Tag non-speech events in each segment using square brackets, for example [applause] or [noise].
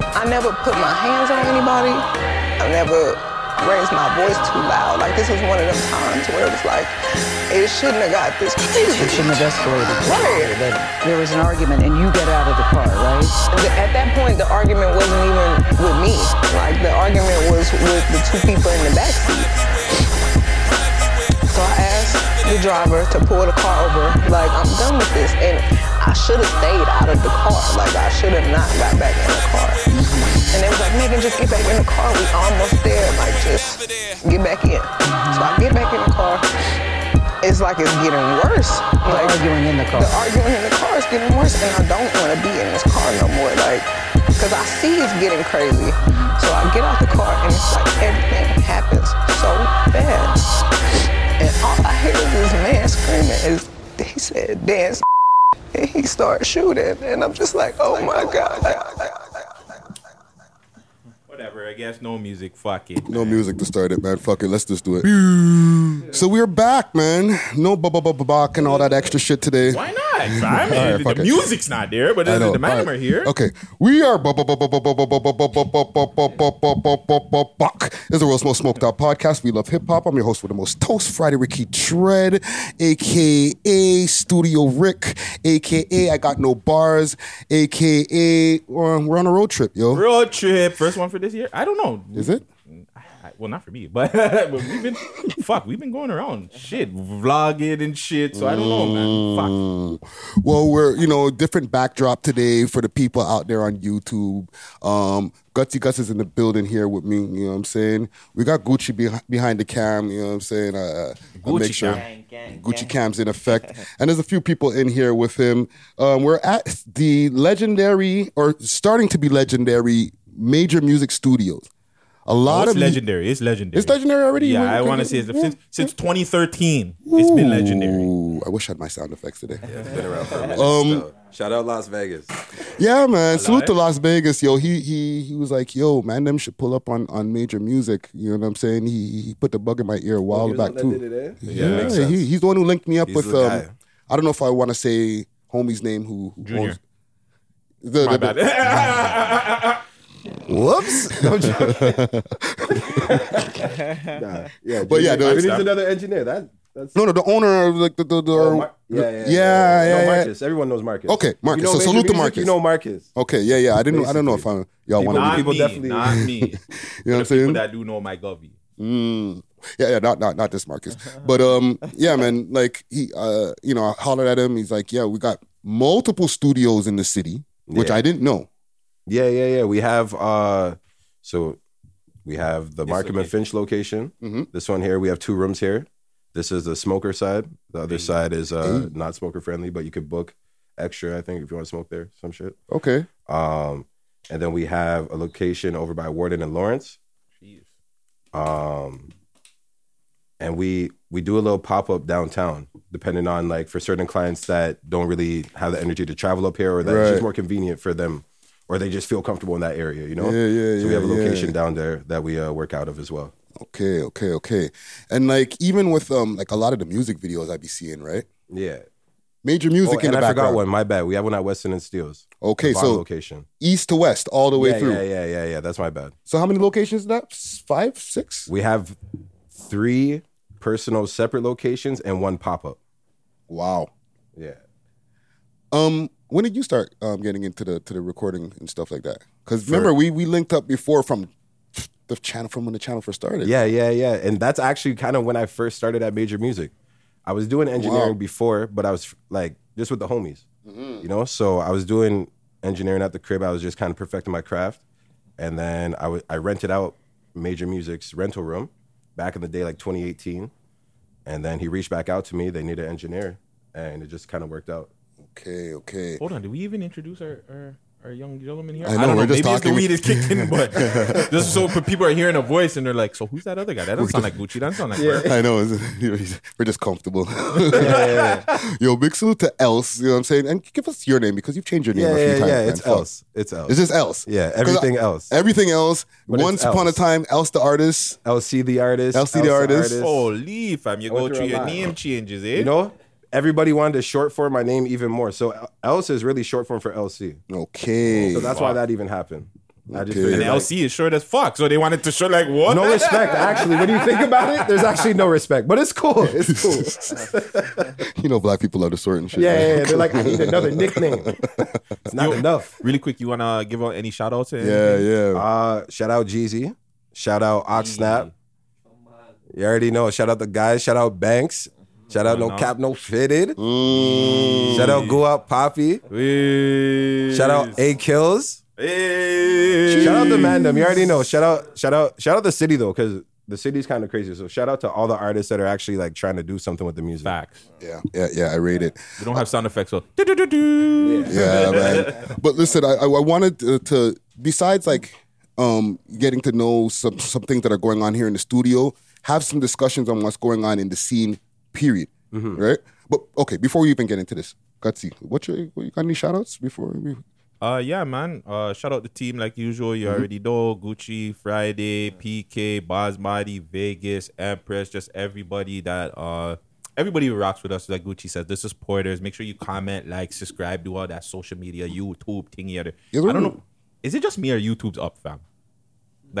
I never put my hands on anybody. I never raised my voice too loud. Like this was one of them times where it was like, it shouldn't have got this crazy. It shouldn't have escalated. Right. to the point That there was an argument and you get out of the car, right? At that point, the argument wasn't even with me. Like the argument was with the two people in the back seat. So I asked the driver to pull the car over. Like I'm done with this, and I should have stayed out of the car. Like I should have not got back in the car. And they was like, Megan, just get back in the car. We almost there. Like just get back in. So I get back in the car. It's like it's getting worse. Like arguing in the car. The arguing in the car is getting worse, and I don't want to be in this car no more. Like, cause I see it's getting crazy. So I get out the car, and it's like everything happens so fast. And all I hear is this man screaming. Is he said dance, and he started shooting, and I'm just like, oh my god. Whatever, I guess no music, fuck it. No music to start it, man. Fuck it. Let's just do it. So we're back, man. No ba ba ba ba ba and all that extra shit today. Why not? I mean, All right, the, fuck the it. music's not there, but I the, know. the man All are right. here. Okay, we are bu- bu- bu- bu- bu- bu- bu- bu- bu- bu- bu- bu- bu- bu- bu- bu- bu- buck. This is the Real Smoke Smoked Out podcast. We love hip hop. I'm your host with the most toast, Friday Ricky Tread, aka Studio Rick, aka I got no bars, aka uh, we're on a road trip, yo. Road trip, first one for this year. I don't know. Is it? I- well, not for me, but, [laughs] but we've been fuck. We've been going around, shit, vlogging and shit. So I don't know, Mm. man. Fuck. Well, we're you know different backdrop today for the people out there on YouTube. Um, Gutsy Gus is in the building here with me. You know what I'm saying? We got Gucci behi- behind the cam. You know what I'm saying? Uh, I'll Gucci make sure cam. Gucci cam's in effect, [laughs] and there's a few people in here with him. Um, we're at the legendary or starting to be legendary major music studios. A lot It's of mu- legendary. It's legendary. It's legendary already. Yeah, I want to say it's, since since 2013, it's been legendary. Ooh, I wish I had my sound effects today. Um, Been around for a minute. so. Shout out Las Vegas. Yeah, man. Salute to Las Vegas, yo. He he he was like, yo, man, them should pull up on on major music. You know what I'm saying? He he put the bug in my ear a while back too. Yeah, makes sense. he, he's the one who linked me up He's with. the Um, guy. I don't know if I want to say homie's name who. who Junior. owns- the, My the- the- bad. [laughs] Whoops. No, I'm joking. Nah, yeah, But yeah, I no, mean, he's it's- another engineer. That that's no, no, the owner of like the the, the Oh, Mar- yeah, yeah, yeah, yeah, yeah, No, yeah. Marcus. Everyone knows Marcus. Okay, Marcus. You know So Major salute to Music, Marcus. You know Marcus. Okay, yeah, yeah. I didn't. I don't know if I y'all want Not to. people me, definitely- not me. [laughs] You know what I'm the saying? people that do know my govy. Mm. Yeah, yeah, not not not this [laughs] Marcus, but um, yeah, man, like he, uh, you know, I hollered at him. He's like, yeah, we got multiple studios in the city, which Yeah. I didn't know. Yeah, yeah, yeah. We have uh so we have the This Markham and location. Finch location. Mhm. This one here, we have two rooms here. This is the smoker side. The other side is uh not smoker friendly, but you could book extra, I think, if you want to smoke there, some shit. Okay, Um and then we have a location over by Warden and Lawrence. Um and we we do a little pop-up downtown, depending on like for certain clients that don't really have the energy to travel up here or that it's Right. just more convenient for them or they just feel comfortable in that area, you know? Yeah, yeah, so we have a yeah, yeah. location down there that we uh, work out of as well. okay, okay, okay, and like even with um, like a lot of the music videos I be seeing, right? Yeah. Major Oh, music in and the I background. forgot one. My bad. We have one at Weston and Steels. Okay, The bottom so- location. east to west all the way yeah, through. yeah, yeah, yeah, yeah. That's my bad. So how many locations is that? S- Five, six? We have three personal separate locations and one pop up. Wow. Yeah. Um, when did you start um getting into the to the recording and stuff like that? Because remember we we linked up before from the channel from when the channel first started. Yeah, yeah, yeah. And that's actually kind of when I first started at Major Music. I was doing engineering Wow. before, but I was like just with the homies, you know? So I was doing engineering at the crib. I was just kind of perfecting my craft. And then I wa- I rented out Major Music's rental room back in the day, like 2018. And then he reached back out to me. They needed an engineer. And it just kind of worked out. Okay, okay. Hold on, did we even introduce our our, our young gentleman here? I know, we're just Maybe it's the talking. weed is kicked [laughs] in, but just so for people are hearing a voice and they're like, "So who's that other guy? That doesn't sound like Gucci. That doesn't sound like." [laughs] Mark." I know. it's- [laughs] We're just comfortable. [laughs] Yo, big salute to Else. You know what I'm saying? And give us your name because you've changed your name Yeah, a few yeah, times. yeah. man. It's Fuck. else. It's else. It's just Else. Yeah, 'Cause everything I- else. Everything else. it's Once upon a Else. time, Else the artist. LC the artist. LC the Elsa artist. Holy fam, you go went through through a your lot. name changes, eh? You know, everybody wanted to short form my name even more. Oh, So Else is really short form for LC. Okay. So that's why that even happened. I Okay. just figured, And like, LC is short as fuck, so they wanted to show like what? no respect. Actually, when you think about it, there's actually no respect, but it's cool. It's [laughs] cool. You know, black people love to sort and shit. Yeah, right? yeah, yeah. they're like, I need another nickname. It's not enough. Really quick, you wanna give out any shout outs? yeah, yeah. Uh, shout out Jeezy. Shout out Ox Snap. You already know. Shout out the guys. Shout out Banks. Shout out No no. Cap No Fitted. Mm. Mm. Shout out Go Out Poppy. Shout out A Kills. Shout out the Mandem. You already know. Shout out, shout out, shout out the city though, because the city's kind of crazy. So shout out to all the artists that are actually like trying to do something with the music. Facts. yeah, yeah, yeah. I rate it. We don't have sound effects, so do-do-do-do. [laughs] yeah, man. But listen, I, I I wanted to, to besides like um, getting to know some some things that are going on here in the studio, have some discussions on what's going on in the scene. Period. Mm-hmm. Right. But okay, before we even get into this, Gutsy, what you what, you got any shout outs before? We, Uh, yeah, man. Uh, shout out the team like usual. You already know Gucci, Friday, PK, Basmati, Vegas, Empress, just everybody that uh everybody who rocks with us. Like Gucci says, this is Porters. Make sure you comment, like, subscribe, do all that social media, YouTube, thingy other. Yeah, we- I don't know. Is it just me or YouTube's up, fam?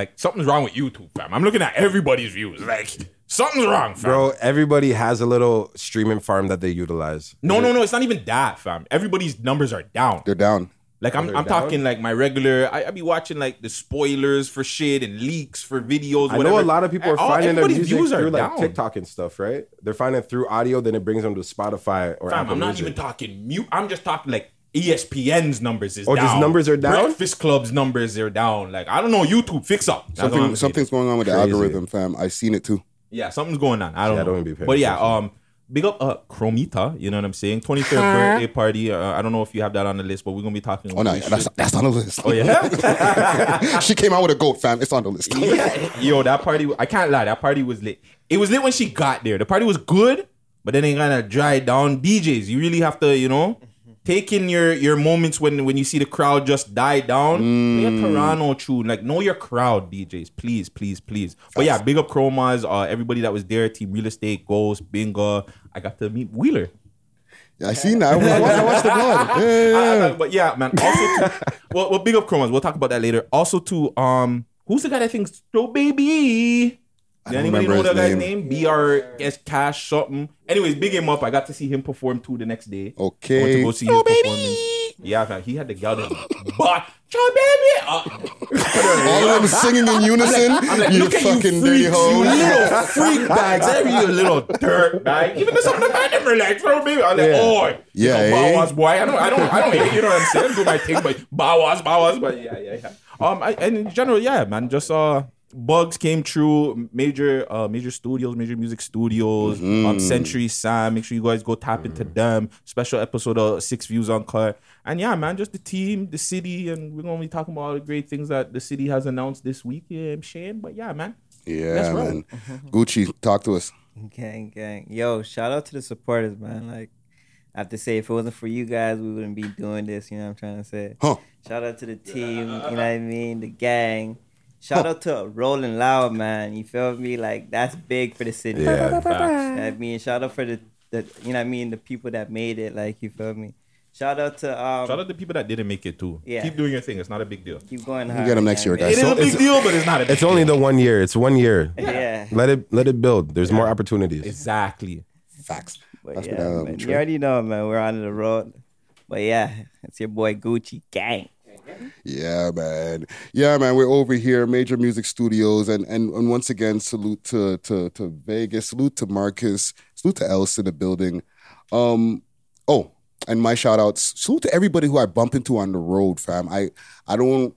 Like something's wrong with YouTube, fam. I'm looking at everybody's views. Like something's wrong, fam. Bro, everybody has a little streaming farm that they utilize. No, no, no. It's not even that, fam. Everybody's numbers are down. they're down. Like I'm, I'm talking like my regular. I, I be watching like the spoilers for shit and leaks for videos. I whatever. know a lot of people are All- finding their everybody's music through like TikTok and stuff, right? They're finding it through audio, then it brings them to Spotify or Fam, Apple I'm not Music. even talking mute. I'm just talking like E ESPN's numbers is Oh, down. just numbers are down? Breakfast Club's numbers are down. Like I don't know. YouTube fix up. That's all I'm Something, saying. something's going on with the Crazy. algorithm, fam. I seen it too. Yeah, something's going on. I don't Yeah, I know. don't be paying but yeah, um, big up uh Chromita. You know what I'm saying? 23rd birthday party. Uh, I don't know if you have that on the list, but we're gonna be talking. Oh no, we should- that's that's on the list. oh yeah. [laughs] she came out with a goat, fam. It's on the list. [laughs] Yeah. Yo, that party, I can't lie, that party was lit. It was lit when she got there. The party was good, but then it kind of dried down. DJs, you really have to, you know, take in your your moments when when you see the crowd just die down. Play a Toronto tune. Like, know your crowd, DJs. Please, please, please. But yeah, big up Chromas, uh, everybody that was there, Team Real Estate, Ghost, Bingo. I got to meet Wheeler. I seen that. I watched, I watched the vlog. Yeah, [laughs] yeah, yeah. I- I- but yeah, man. Also, [laughs] to, well, well, big up Chromas. We'll talk about that later. Also, to um, who's the guy that thinks "Yo, baby"? Did don't anybody know remember that his guy's name? B R S Cash something. Anyways, big him up. I got to see him perform too the next day. I went Okay. to go see his performance. Yeah, man. He had the gal that, but "Yo, baby. Uh, [laughs] All of them singing in unison. I'm like, you look at you, freaks, fucking dirty you hoe. little freak bags, every you little dirt bag. Even though something I never like, bro, baby. I'm like, oh, Yeah, you know, eh? Bawas boy. I don't, I don't, I don't hate. You know what I'm saying? Do my thing, but Bawas, Bawas, but yeah, yeah, yeah. Um, I, and in general, yeah, man, just uh. Bugs came true. Major, uh, major studios, major music studios. Mm-hmm. Um, Century Sam. Make sure you guys go tap into them. Special episode of Six Views on Car. And yeah, man, just the team, the city, and we're gonna be talking about all the great things that the city has announced this week. Yeah, I'm saying, but yeah, man. Yeah, That's right. man. Gucci, talk to us. Gang, gang. Yo, shout out to the supporters, man. Like, I have to say, if it wasn't for you guys, we wouldn't be doing this. You know what I'm trying to say? Huh. Shout out to the team. You know what I mean? The gang. Shout out to Rolling Loud, man. You feel me? Like, that's big for the city. Yeah, You know what I mean, shout out for the, the, you know what I mean, the people that made it. Like, you feel me? Shout out to, um, Shout out to people that didn't make it too. Yeah. Keep doing your thing. It's not a big deal. keep going hard. get 'em you next know year, what I guys. mean? It is a big deal, but it's not a big It's only the one year. It's one year. [laughs] Yeah. Let it let it build. There's more opportunities. Exactly. Facts. But That's yeah, been, um, man, true. you already know, man. We're on the road. But yeah, it's your boy Gucci Gang. Yeah, man. Yeah, man. We're over here, major music studios, and and, and once again, salute to, to to Vegas, salute to Marcus, salute to Else in the building. Um, oh, and my shout outs, salute to everybody who I bump into on the road, fam. I I don't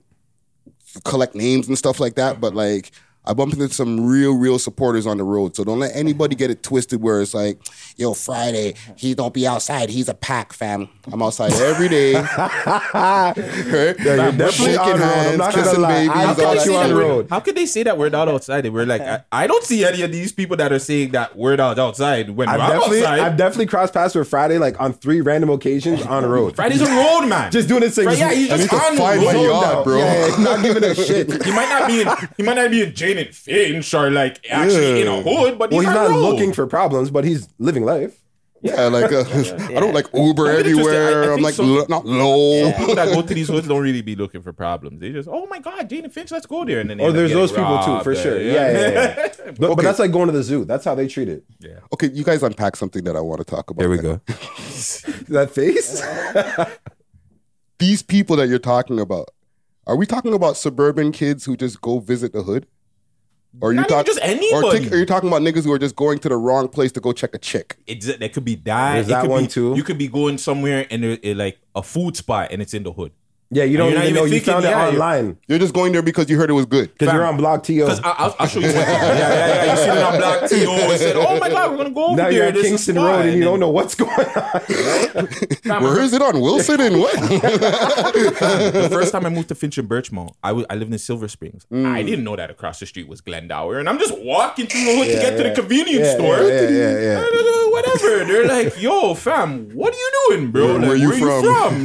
collect names and stuff like that, but like I bump into some real, real supporters on the road. So don't let anybody get it twisted where it's like, yo, Friday, he don't be outside. He's a pack, fam. I'm outside every [laughs] day. right? definitely on the road. I'm not gonna kissing lie. babies, I all thought that you on shit. the road. How could they say that word out outside? We're like, I, I don't see any of these people that are saying that word out outside when I've I'm definitely outside. I've definitely crossed paths with Friday like on three random occasions on the road. Friday's a road, man. Just doing his thing. Right, yeah, he's I need just to on find [laughs] my the road. yard, now. bro. Yeah, he's not giving a shit. He might not be in. He might not be in Jane and Finch or like actually in a hood, but Well, he's, he's on not road. looking for problems, but he's living life. [laughs] Yeah, like uh, I don't like Uber Don't get it twisted. I- I everywhere. I, am think like so- lo- not low. People that go to these hoods don't really be looking for problems. They just, oh my God, Jane and Finch, let's go there. And then they Oh, end up there's getting those people too, robbed, for uh, sure. Yeah, yeah, yeah. [laughs] But- But, Okay. that's like going to the zoo. That's how they treat it. Okay, you guys unpack something that I want to talk about. There we then. go. [laughs] That face. These people that you're talking about, are we talking about suburban kids who just go visit the hood? Or are you Not even just Or anybody. tick- are you talking about niggas who are just going to the wrong place to go check a chick? It's, that could be that. There's It that could one be- too. You could be going somewhere and it, it, like a food spot and it's in the hood. Yeah, you don't You're not even, even know you thinking found it that, you're- online You're just going there because you heard it was good. because you're on Block To. Because uh, I'll, I'll [laughs] show you one thing. Yeah, yeah, yeah. You seen it on Black T. and said, oh my God, we're going to go over Now there. you're at This is Kingston fun." Road and you then- don't know what's [laughs] going on. Where is it on Wilson and what? the first time I moved to Finch and Birchmont, I wa- I lived in Silver Springs. Mm. I didn't know that across the street was Glendower, and I'm just walking through the hood to get to the convenience Yeah, store. uh, yeah, yeah, yeah, Whatever. They're like, "Yo, fam, what are you doing, bro? Where- like, where you from?"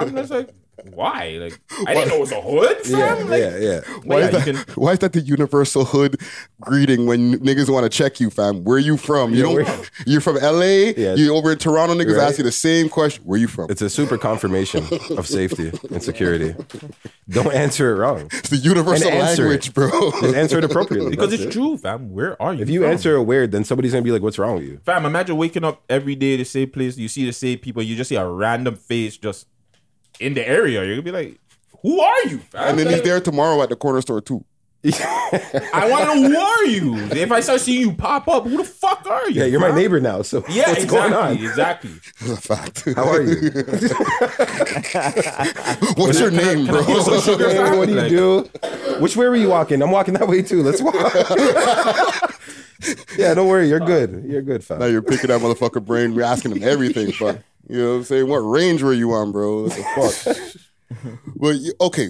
[laughs] I'm just like, why? Like, I didn't know it was a hood, fam. like, yeah, yeah. but Why, yeah, is you that, can- [laughs] why is that the universal hood greeting when niggas want to check you, fam? Where you from? You don't, you're from LA? Yeah. You over in Toronto, niggas Right. ask you the same question. Where you from? It's a super confirmation of safety and security. Don't answer it wrong. It's the universal And answer language, it. bro. Just answer it appropriately. because That's it's it. true, fam. Where are you? If you from? answer it weird, then somebody's gonna be like, "What's wrong with you?" fam, imagine waking up every day the same place. You see the same people. You just see a random face just in the area. You're gonna be like. Who are you? Fam? and then Like- he's there tomorrow at the corner store too. [laughs] I want to know who are you. If I start seeing you pop up, who the fuck are you? Yeah, you're my bro? neighbor now. So Yeah, what's exactly, going on? exactly. That's a fact. [laughs] How are you? [laughs] What's your name, bro? [laughs] Get some [laughs] sugar, Hey, fam? what do you Like, do? Which way were you walking? I'm walking that way too. Let's [laughs] walk. yeah, don't worry. You're good. You're good, now fam. you're picking that motherfucker brain. We're asking him everything, fuck. You know what I'm saying? What range were you on, bro? What the [laughs] fuck? well, you, okay.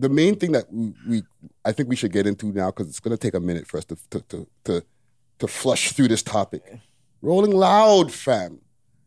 The main thing that we, we I think we should get into now because it's gonna take a minute for us to to to to, to flush through this topic. Rolling loud, fam.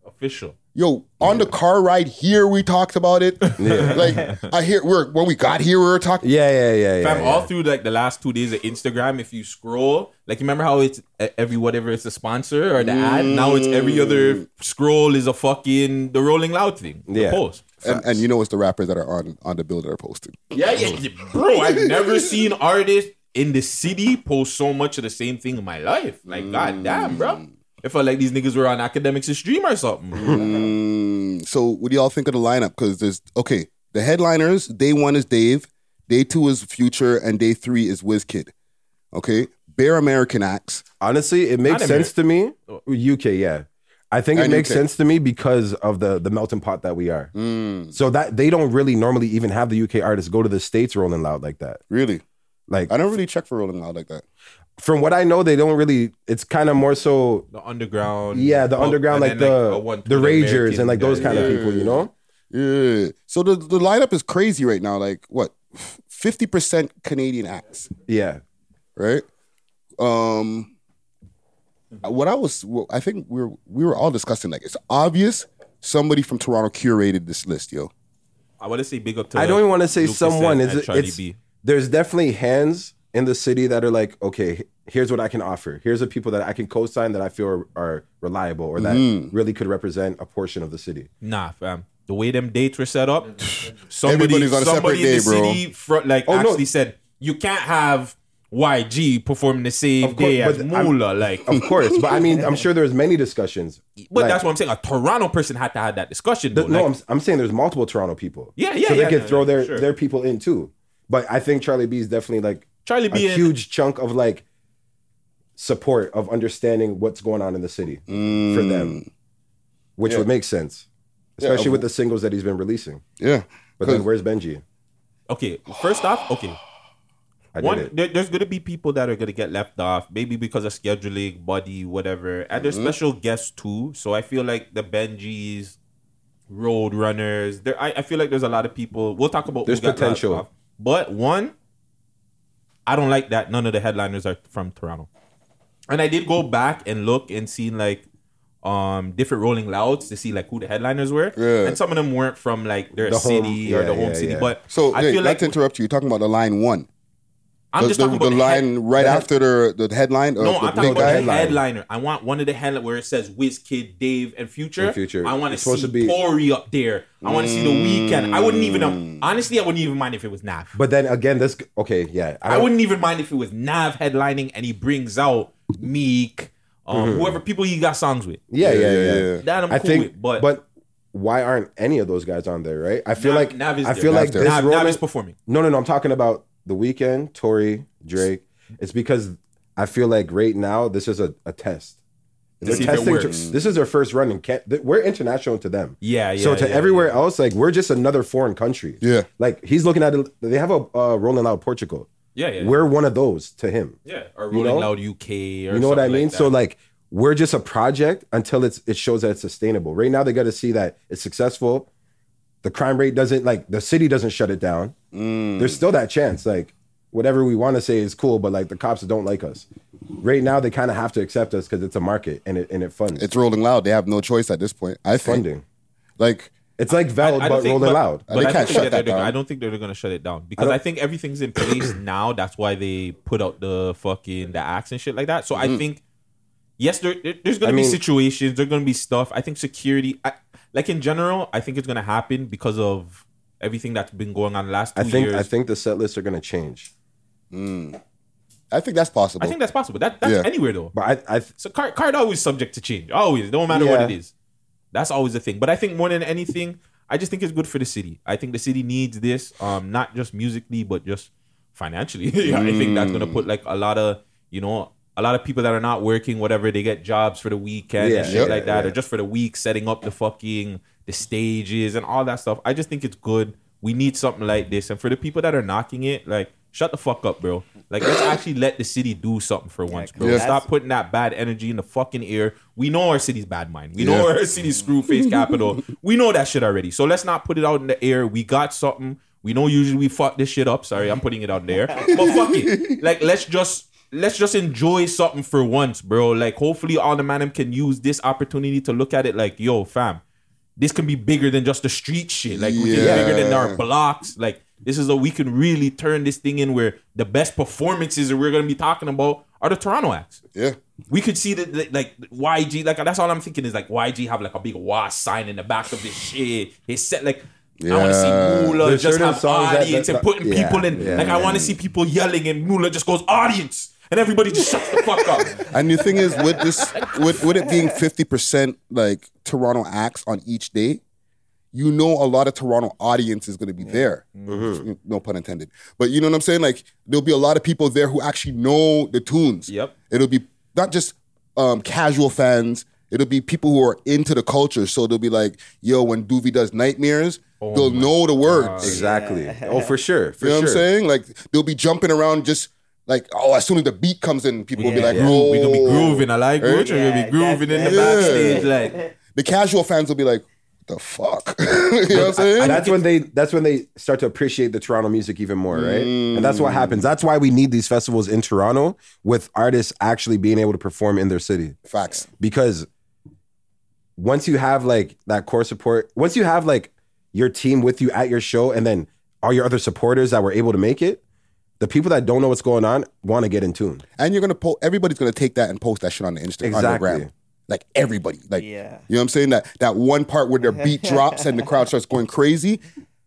Official. Yo, on the car ride here, we talked about it. Like I hear we're when we got here, we were talking. Yeah, yeah, yeah, yeah. Fam, yeah. all through like the last two days of Instagram, if you scroll, like you remember how it's e- every whatever it's a sponsor or the ad. Now it's every other scroll is a fucking the Rolling Loud thing. The Yeah. post. And, and you know it's the rappers that are on on the bill that are posted. Yeah, yeah, yeah, bro. I've never seen artists in the city post so much of the same thing in my life. Like, god damn, bro. It felt like these niggas were on academics and stream or something. Mm-hmm. Mm, so what do y'all think of the lineup? Because there's okay, the headliners. Day one is Dave. Day two is Future, and day three is WizKid. Okay, bare American acts. Honestly, it makes Not sense to me. Oh. UK, yeah. I think it And makes UK. sense to me because of the the melting pot that we are. So that they don't really normally even have the UK artists go to the states rolling loud like that. Really, Like I don't really check for Rolling Loud like that. from what I know, they don't really. It's kind of more so the underground. yeah, the pub, underground like Oh, and then, the a one- the ragers and like those American guy. kind of people, you know. Yeah. So the the lineup is crazy right now. Like what, fifty percent Canadian acts, Yeah, right? Um, what I was, well, I think we were we were all discussing. Like it's obvious somebody from Toronto curated this list, yo. I want to say big up to. I don't even want to say Lucas someone. and- and It's, Charlie it's B. there's definitely hands in the city that are like, okay, here's what I can offer. Here's the people that I can co-sign that I feel are, are reliable or that really could represent a portion of the city. Nah, fam. The way them dates were set [laughs] up, somebody, Everybody's on a somebody separate in day, the bro. city front, like Oh, no. actually said you can't have YG performing the same course, day as but I'm- Mula. Like, Of course, but I mean, I'm sure there's many discussions. but Like, that's what I'm saying. A Toronto person had to have that discussion. the- Though. no, like, I'm, I'm saying there's multiple Toronto people. Yeah, yeah, So they yeah, could no, throw no, their sure. their people in too. But I think Charlie B is definitely like Charlie B. a and- huge chunk of like support of understanding what's going on in the city Mm. for them, which would make sense, especially with the singles that he's been releasing. Yeah. But then where's Benji? okay, first off, okay, I did One, it. there, there's gonna be people that are gonna get left off, maybe because of scheduling, body, whatever, and Mm-hmm. there's special guests too. So I feel like the Benjis, Road Runners, there. I, I feel like there's a lot of people. We'll talk about. who There's got left potential. off. but one, I don't like that none of the headliners are from Toronto, and I did go back and look and seen like. Um, different Rolling Louds to see like who the headliners were, Yeah. and some of them weren't from like their The home- city or yeah, the home yeah, city. yeah. But So I hey, feel not like to interrupt you. You're talking about the line one. I'm The, just the, talking about the head- line right after the the headline. Uh, Or No, the I'm big talking about guy? the headliner. I want one of the headline where it says Wiz Kid, Dave, and Future. And Future. I want to It's supposed see to be- Corey up there. I want to see the weekend. I wouldn't even Mm. um, honestly. I wouldn't even mind if it was Nav. But then again, this okay, yeah. I don't- wouldn't even mind if it was Nav headlining and he brings out Meek, um, whoever people he got songs with. Mm-hmm. Yeah, yeah, yeah. That I'm I cool think, with. But, why aren't any of those guys on there? Right? I feel Nav- like Nav is I there. feel Nav- like this Nav, Nav Roman- is performing. No, no, no. I'm talking about the weekend, Tory, Drake. It's because I feel like right now this is a, a test. They're see if it testing- works. This is their first run, and can't, th- we're international to them. Yeah, So yeah, to yeah, everywhere else, like we're just another foreign country. Yeah. Like he's looking at it. They have a uh, Rolling Loud Portugal. Yeah, yeah. We're one of those to him. yeah, or you Rolling know? Loud UK. Or You know what I something mean? that. so like we're just a project until it's it shows that it's sustainable. Right now they got to see that it's successful. The crime rate doesn't like the city doesn't shut it down. Mm. There's still that chance. Like whatever we want to say is cool, but like the cops don't like us. Right now they kind of have to accept us because it's a market and it and it funds It's rolling loud. They have no choice at this point. I think. funding. Like It's like Val I don't but think- rolling loud. They But I can't don't, shut think that that they're, down. I don't think they're going to shut it down because I, don't- think everything's in [clears throat] place now. That's why they put out the fucking the acts and shit like that. So I think yes, there, there- there's going Mm. I to be mean- situations. There's going to be stuff. I think security, I, like in general, I think it's going to happen because of everything that's been going on the last two I think years. I think the set lists are gonna change. I think that's possible. I think that's possible. That that's Yeah. anywhere though. But I I th- So card card always subject to change. Always, no matter Yeah. what it is. That's always the thing. But I think more than anything, I just think it's good for the city. I think the city needs this, um, not just musically, but just financially. [laughs] Yeah, I think that's Mm. gonna put like a lot of you know a lot of people that are not working, whatever, they get jobs for the weekend Yeah, and shit yep. like that, or yeah. just for the week, setting up the fucking the stages and all that stuff. I just think it's good. We need something like this, and for the people that are knocking it, like shut the fuck up, bro. Like let's actually let the city do something for once, bro. Yeah. Stop putting that bad energy in the fucking air. We know our city's bad mind. We know Yeah. our city's screw face capital. We know that shit already. So let's not put it out in the air. We got something. We know usually we fuck this shit up. Sorry, I'm putting it out there. But fuck [laughs] it. Like let's just let's just enjoy something for once, bro. Like hopefully all the madam can use this opportunity to look at it like, yo, fam, this can be bigger than just the street shit. Like we can Yeah. bigger than our blocks. Like this is a we can really turn this thing in where the best performances that we're gonna be talking about are the Toronto acts yeah. we could see that that, like YG, like that's all I'm thinking is like YG have like a big WAS sign in the back of this shit. His set like I want to Yeah. see Mula There's just certain have songs that- audience that- and putting yeah, people in. yeah. like I want to see people yelling and Mula just goes audience and everybody just shuts the fuck up. And the thing is, with this, with, with it being fifty percent like Toronto acts on each day, you know a lot of Toronto audience is going to be there. No pun intended. But you know what I'm saying? Like there'll be a lot of people there who actually know the tunes. Yep. It'll be not just um, casual fans. It'll be people who are into the culture. So they'll be like, "Yo, when Doovie does Nightmares, they'll know the words." exactly. Oh, for sure. For You know sure. what I'm saying? Like they'll be jumping around just like oh, as soon as the beat comes in, people will [laughs] be Yeah. like, Yeah. oh, We gonna be grooving. I like Right? Gucci. we gonna Yeah, be grooving in the definitely. backstage. Like The casual fans will be like, the fuck, [laughs] you know what I'm saying? that's when they that's when they start to appreciate the Toronto music even more, right? And that's what Mm. happens. That's why we need these festivals in Toronto with artists actually being able to perform in their city. Facts. Because once you have like that core support, once you have like your team with you at your show and then all your other supporters that were able to make it, the people that don't know what's going on want to get in tune. And you're gonna post. Everybody's gonna take that and post that shit on the Instagram. Exactly. On the gram. Like everybody. Like Yeah. you know what I'm saying? That that one part where their beat drops and the crowd starts going crazy.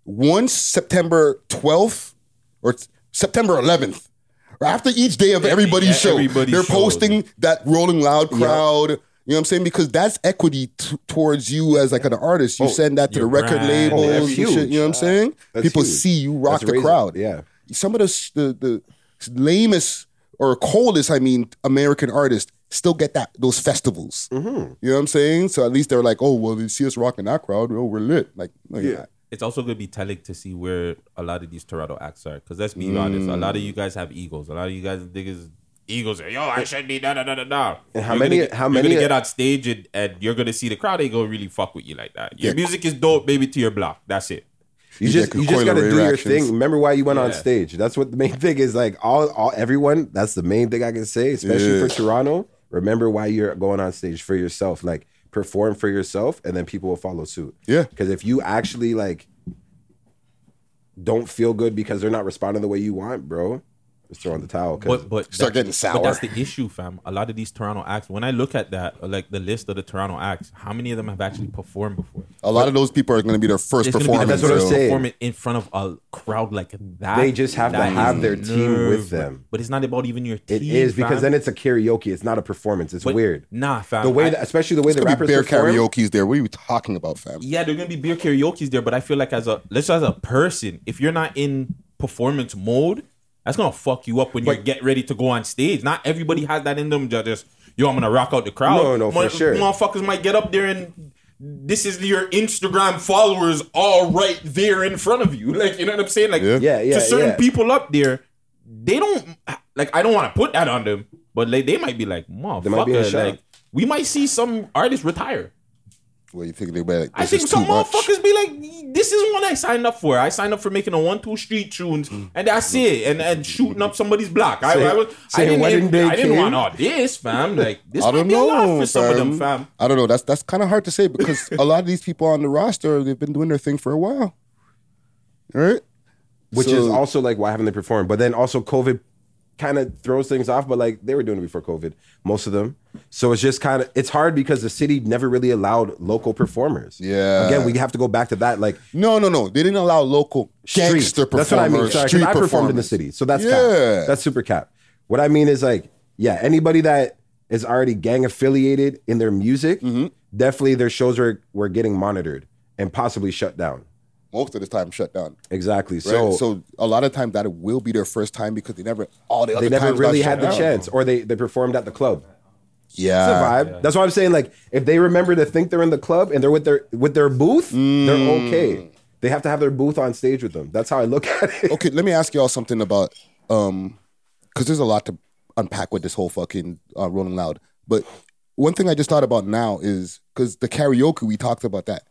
Once September 12th or t- September 11th, or after each day of everybody's yeah, show, everybody's they're show. posting that rolling loud crowd. You know what I'm saying? Because that's equity t- towards you as like an artist. Oh, You send that to the your record brand. labels. Oh, and that's shit, huge. you know what I'm saying? That's People huge. see you rock That's the raising- crowd. yeah. Some of the sh- the, the lamest or coldest, I mean, American artists still get that those festivals. Mm-hmm. You know what I'm saying? So at least they're like, oh well, they see us rocking that crowd. Oh, we're lit. Like, no, you're not. it's also gonna be telling to see where a lot of these Toronto acts are. Because let's be honest, a lot of you guys have egos. A lot of you guys niggas egos are yo, I should be da da da da da. And how many- how many- You're gonna get on stage and, and you're gonna see the crowd ain't gonna really fuck with you like that. Your Yeah. music is dope, baby, to your block. That's it. You Yeah, just can you just coil gotta do your reactions. thing. Remember why you went on Yeah. stage. That's what the main thing is. Like all all everyone. That's the main thing I can say, especially Yeah. for Toronto. Remember why you're going on stage for yourself. Like perform for yourself, and then people will follow suit. Yeah. Because if you actually like don't feel good because they're not responding the way you want, bro, Just throw in the towel. 'cause- But but that's- Start getting But that's sour. the issue, fam. A lot of these Toronto acts. When I look at that, like the list of the Toronto acts, how many of them have actually performed before? A lot of those people are going to be their first It's gonna be the performance. best That's what I'm to saying. Perform it in front of a crowd like that. They just have to That have is their team with nerve-wracking. them. But it's not about even your team. It is fam. because then it's a karaoke. It's not a performance. It's But- weird. Nah, fam. The way I- that, especially the way the It's gonna be rappers bear perform, karaoke's there. What are you talking about, fam? yeah, they're gonna be beer karaoke's there, but I feel like as a let's as a person, if you're not in performance mode, that's gonna fuck you up when you get ready to go on stage. Not everybody has that in them. ju- Just yo, I'm gonna rock out the crowd. No, no, for Mo- sure. Motherfuckers might get up there and this is your Instagram followers all right there in front of you. [laughs] Like you know what I'm saying? Like Yeah. Yeah, yeah, to certain yeah. people up there, they don't like. I don't want to put that on them, but like they might be like, might be in motherfucker, shock. like we might see some artists retire. Well, you think they better? I think some motherfuckers be like, "This is what I signed up for. I signed up for making a one-two street tunes, and that's it, and and shooting up somebody's block. I, I was, I Hmm. say didn't, wedding day I didn't came. want all this, fam. Like this I might don't be a lot know, for fam. some of them, fam. I don't know. That's that's kind of hard to say because a lot of these people on the roster they've been doing their thing for a while, right? which is So- also like why haven't they performed? But then also COVID kind of throws things off. But like they were doing it before COVID, most of them. So it's just kind of it's hard because the city never really allowed local performers. Yeah. Again, we have to go back to that. Like No, no, no. They didn't allow local street. gangster performers. That's what I mean. Sorry, 'cause street I performed in the performers. city, so that's Yeah. cap. that's super cap. What I mean is like, yeah, anybody that is already gang affiliated in their music, Mm-hmm. definitely their shows are were getting monitored and possibly shut down. Most of the time, shut down. Exactly. So, Right? So, a lot of times that will be their first time because they never all the other they never times got really shut had the down. chance, or they they performed at the club. It's a Ah, Yeah, vibe. That's why I'm saying like if they remember to think they're in the club and they're with their with their booth, they're Mm. okay. They have to have their booth on stage with them. That's how I look [laughs] at it. okay, let me ask y'all something about um because there's a lot to unpack with this whole fucking uh, Rolling Loud. But one thing I just thought about now is because the karaoke we talked about that.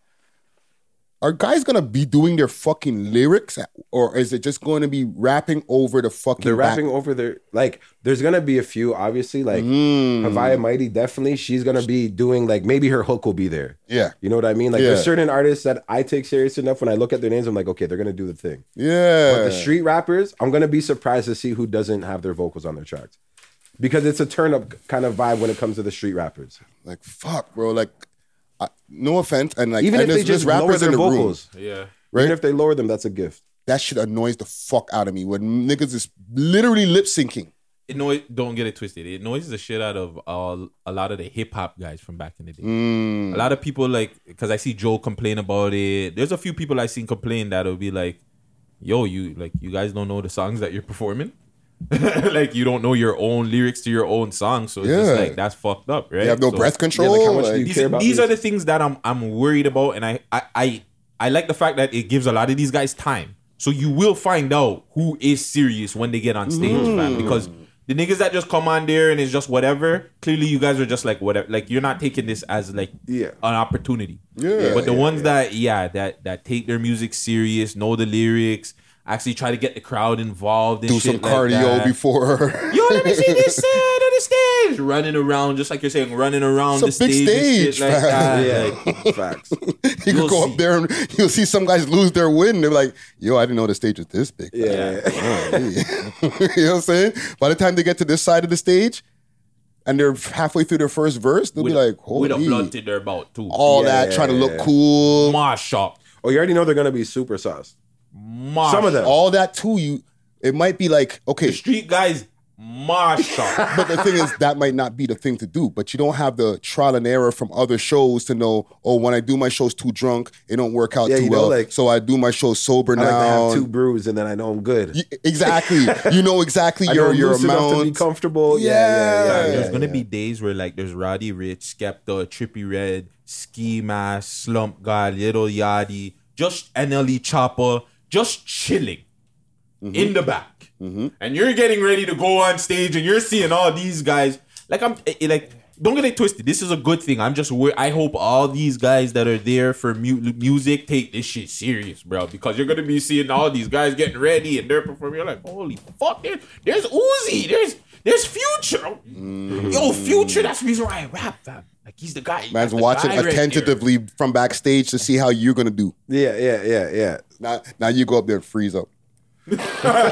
Are guys gonna be doing their fucking lyrics, at- or is it just going to be rapping over the fucking? They're back- rapping over their like. There's gonna be a few, obviously. Like Mm. Havaya Mighty, definitely. She's gonna be doing like maybe her hook will be there. Yeah. you know what I mean. Like Yeah. there's certain artists that I take serious enough. When I look at their names, I'm like, okay, they're gonna do the thing. Yeah, But the street rappers, I'm gonna be surprised to see who doesn't have their vocals on their tracks, because it's a turn up kind of vibe when it comes to the street rappers. like fuck, bro. Like, I, no offense, and like Even and if they there's- just there's lower their vocals, Yeah, Right? even if they lower them, that's a [laughs] gift. that shit annoys the fuck out of me when niggas is literally lip syncing. it annoys, Don't get it twisted. It annoys the shit out of uh, a lot of the hip hop guys from back in the day. Mm. A lot of people like because I see Joe complain about it. There's a few people I seen complain that'll be like, "Yo, you like you guys don't know the songs that you're performing." [laughs] like you don't know your own lyrics to your own song, so it's just Yeah. like that's fucked up, right? They have no So- breath control. how much do like- you these, care about these this? are the things that I'm I'm worried about, and I, I I I like the fact that it gives a lot of these guys time. So you will find out who is serious when they get Mm. on stage, fam. Because the niggas that just come on there and it's just whatever. Clearly, you guys are just like whatever. Like you're not taking this as like Yeah. an opportunity. Yeah. But the ones that yeah that that take their music serious, know the lyrics, actually try to get the crowd involved, and do shit some like cardio that. before. Yo, let [laughs] me see this side of the stage. Running around, just like you're saying, running around It's a the big stage, and stage, shit like [laughs] that. Yeah, Like, [laughs] facts. you You'll could go see. up there and you'll see some guys lose their win. They're like, yo, I didn't know the stage was this big. [laughs] Yeah. you know what I'm saying? By the time they get to this side of the stage and they're halfway through their first verse, they'll with, be like, with a holy. blunt in their mouth too. All Yeah, that yeah, trying to yeah, look yeah. cool. mash up, [laughs] Oh, you already know they're gonna be super sauce. mash. Some of them. All that too, you. It might be like, okay, street guys, mash up. [laughs] but the thing is, that might not be the thing to do. But you don't have the trial and error from other shows to know. Oh, when I do my shows too drunk, it don't work out Yeah, too you know, well. like- so I do my shows sober I like to now. have two brews and then I know I'm good. [laughs] Y- Exactly. you know exactly [laughs] I know your I'm your loose enough to be amount. comfortable. Yeah, yeah, Yeah. yeah. yeah, There's yeah. gonna be days where like there's Roddy Rich, Skepta, Trippy Red, Ski Mask, Slump Guy, Little Yachty, just NLE Chopper, just chilling in the back, Mm-hmm. and you're getting ready to go on stage, and you're seeing all these guys. Like I'm eh, eh, like. Don't get it twisted. This is a good thing. I'm just. wor- I hope all these guys that are there for mu- music take this shit serious, bro. Because you're gonna be seeing all these guys getting ready and they're performing. You're like, holy fuck! There, there's Uzi. There's there's Future. Mm. Yo, Future, that's the reason why I rap, fam. Like he's the guy. that's Man's the watching guy right attentively from backstage to see how you're gonna do. Yeah, yeah, yeah, yeah. [laughs] Now, now you go up [laughs] there and freeze up.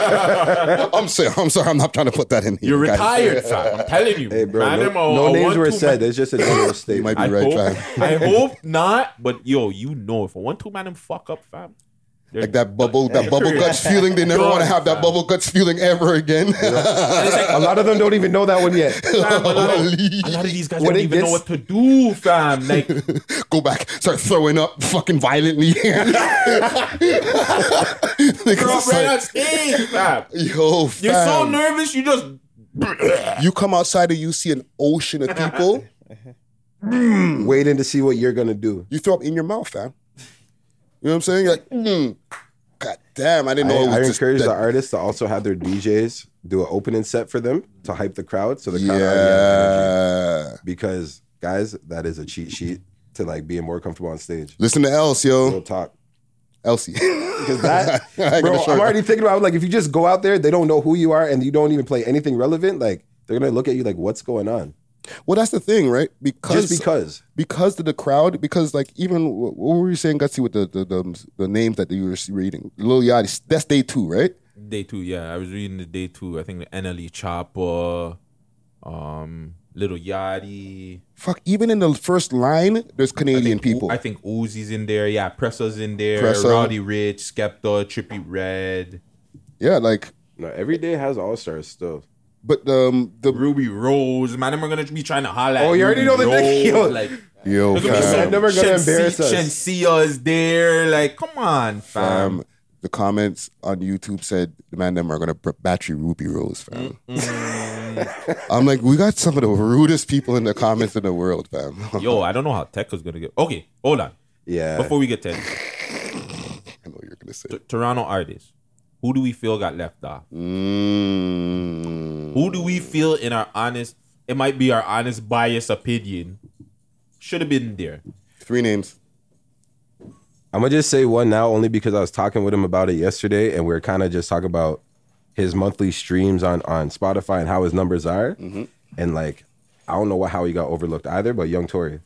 I'm sorry. I'm sorry. I'm not trying to put that in here. You're guys. retired, fam. I'm telling you. Hey, bro, Man, no, them all- no all names one, were two said. man- It's just a general [coughs] You might statement. be I right, hope, fam. [laughs] I [laughs] hope not, but yo, you know, if a one two man them fuck up, fam. they're Like that bubble, done. that bubble guts feeling. They never Done, want to have that fam. bubble guts feeling ever again. a lot of them don't even know that one [coughs] yet. [laughs] Fam, a, lot of, Holy. a lot of these guys When don't it even know gets- what to [laughs] do, fam. Like, [laughs] Go back, start throwing up, fucking violently. [laughs] throw up Niggas right on like, stage, fam. Yo, fam. You're so nervous, you just You come outside and you see an ocean of people. Waiting to see what you're gonna do. You throw up in your mouth, fam. You know what I'm saying? You're like, mm, god damn, I didn't know. it I, I was just encourage that- the artists to also have their DJs do an opening set for them to hype the crowd, so the crowd already has energy. Yeah. Because guys, that is a cheat sheet to like being more comfortable on stage. Listen to Else, We'll yo. talk. Elsie. Because that, [laughs] I ain't bro, gonna show I'm you. already thinking about like if you just go out there, they don't know who you are, and you don't even play anything relevant. Like they're gonna look at you like, what's going on? Well, that's the thing, right? Because Just because. because of the crowd, because like even wh- what were you saying, Gutsy, with the the, the, the names that you were reading, Lil Yachty, that's day two, right? Day two, yeah. I was reading the day two. I think the NLE Chopper, um, Little Yachty. Fuck, even in the first line, there's Canadian people. I think Uzi's in there. Yeah, Pressa's in there. Pressa. Rowdy Rich, Skepta, Trippy Red, yeah, like, No, every day has all stars still. but um, the Ruby Rose. Man, them are gonna be trying to holler. at Oh, you already know Ruby the next- [laughs] Rose, yo. Like, yo, there's gonna be fam. some- They're never gonna Shensi- embarrass us. Shensia is there. Like, come on, fam. fam, Um, the comments on YouTube said the man them are gonna b- battery Ruby Rose, fam. [laughs] I'm like, we got some of the rudest people in the comments in the world, fam. [laughs] Yo, I don't know how Tech is gonna get. Okay, hold on. Yeah. Before we get to anything. I know what you're gonna say. T- Toronto artists, who do we feel got left off? Mm. Who do Mm. we feel in our honest? It might be our honest bias opinion. Should have been there. Three names. I'm gonna just say one now, only because I was talking with him about it yesterday, and we are kind of just talking about his monthly streams on on Spotify and how his numbers are, Mm-hmm. and like I don't know what how he got overlooked either, but Young Tory,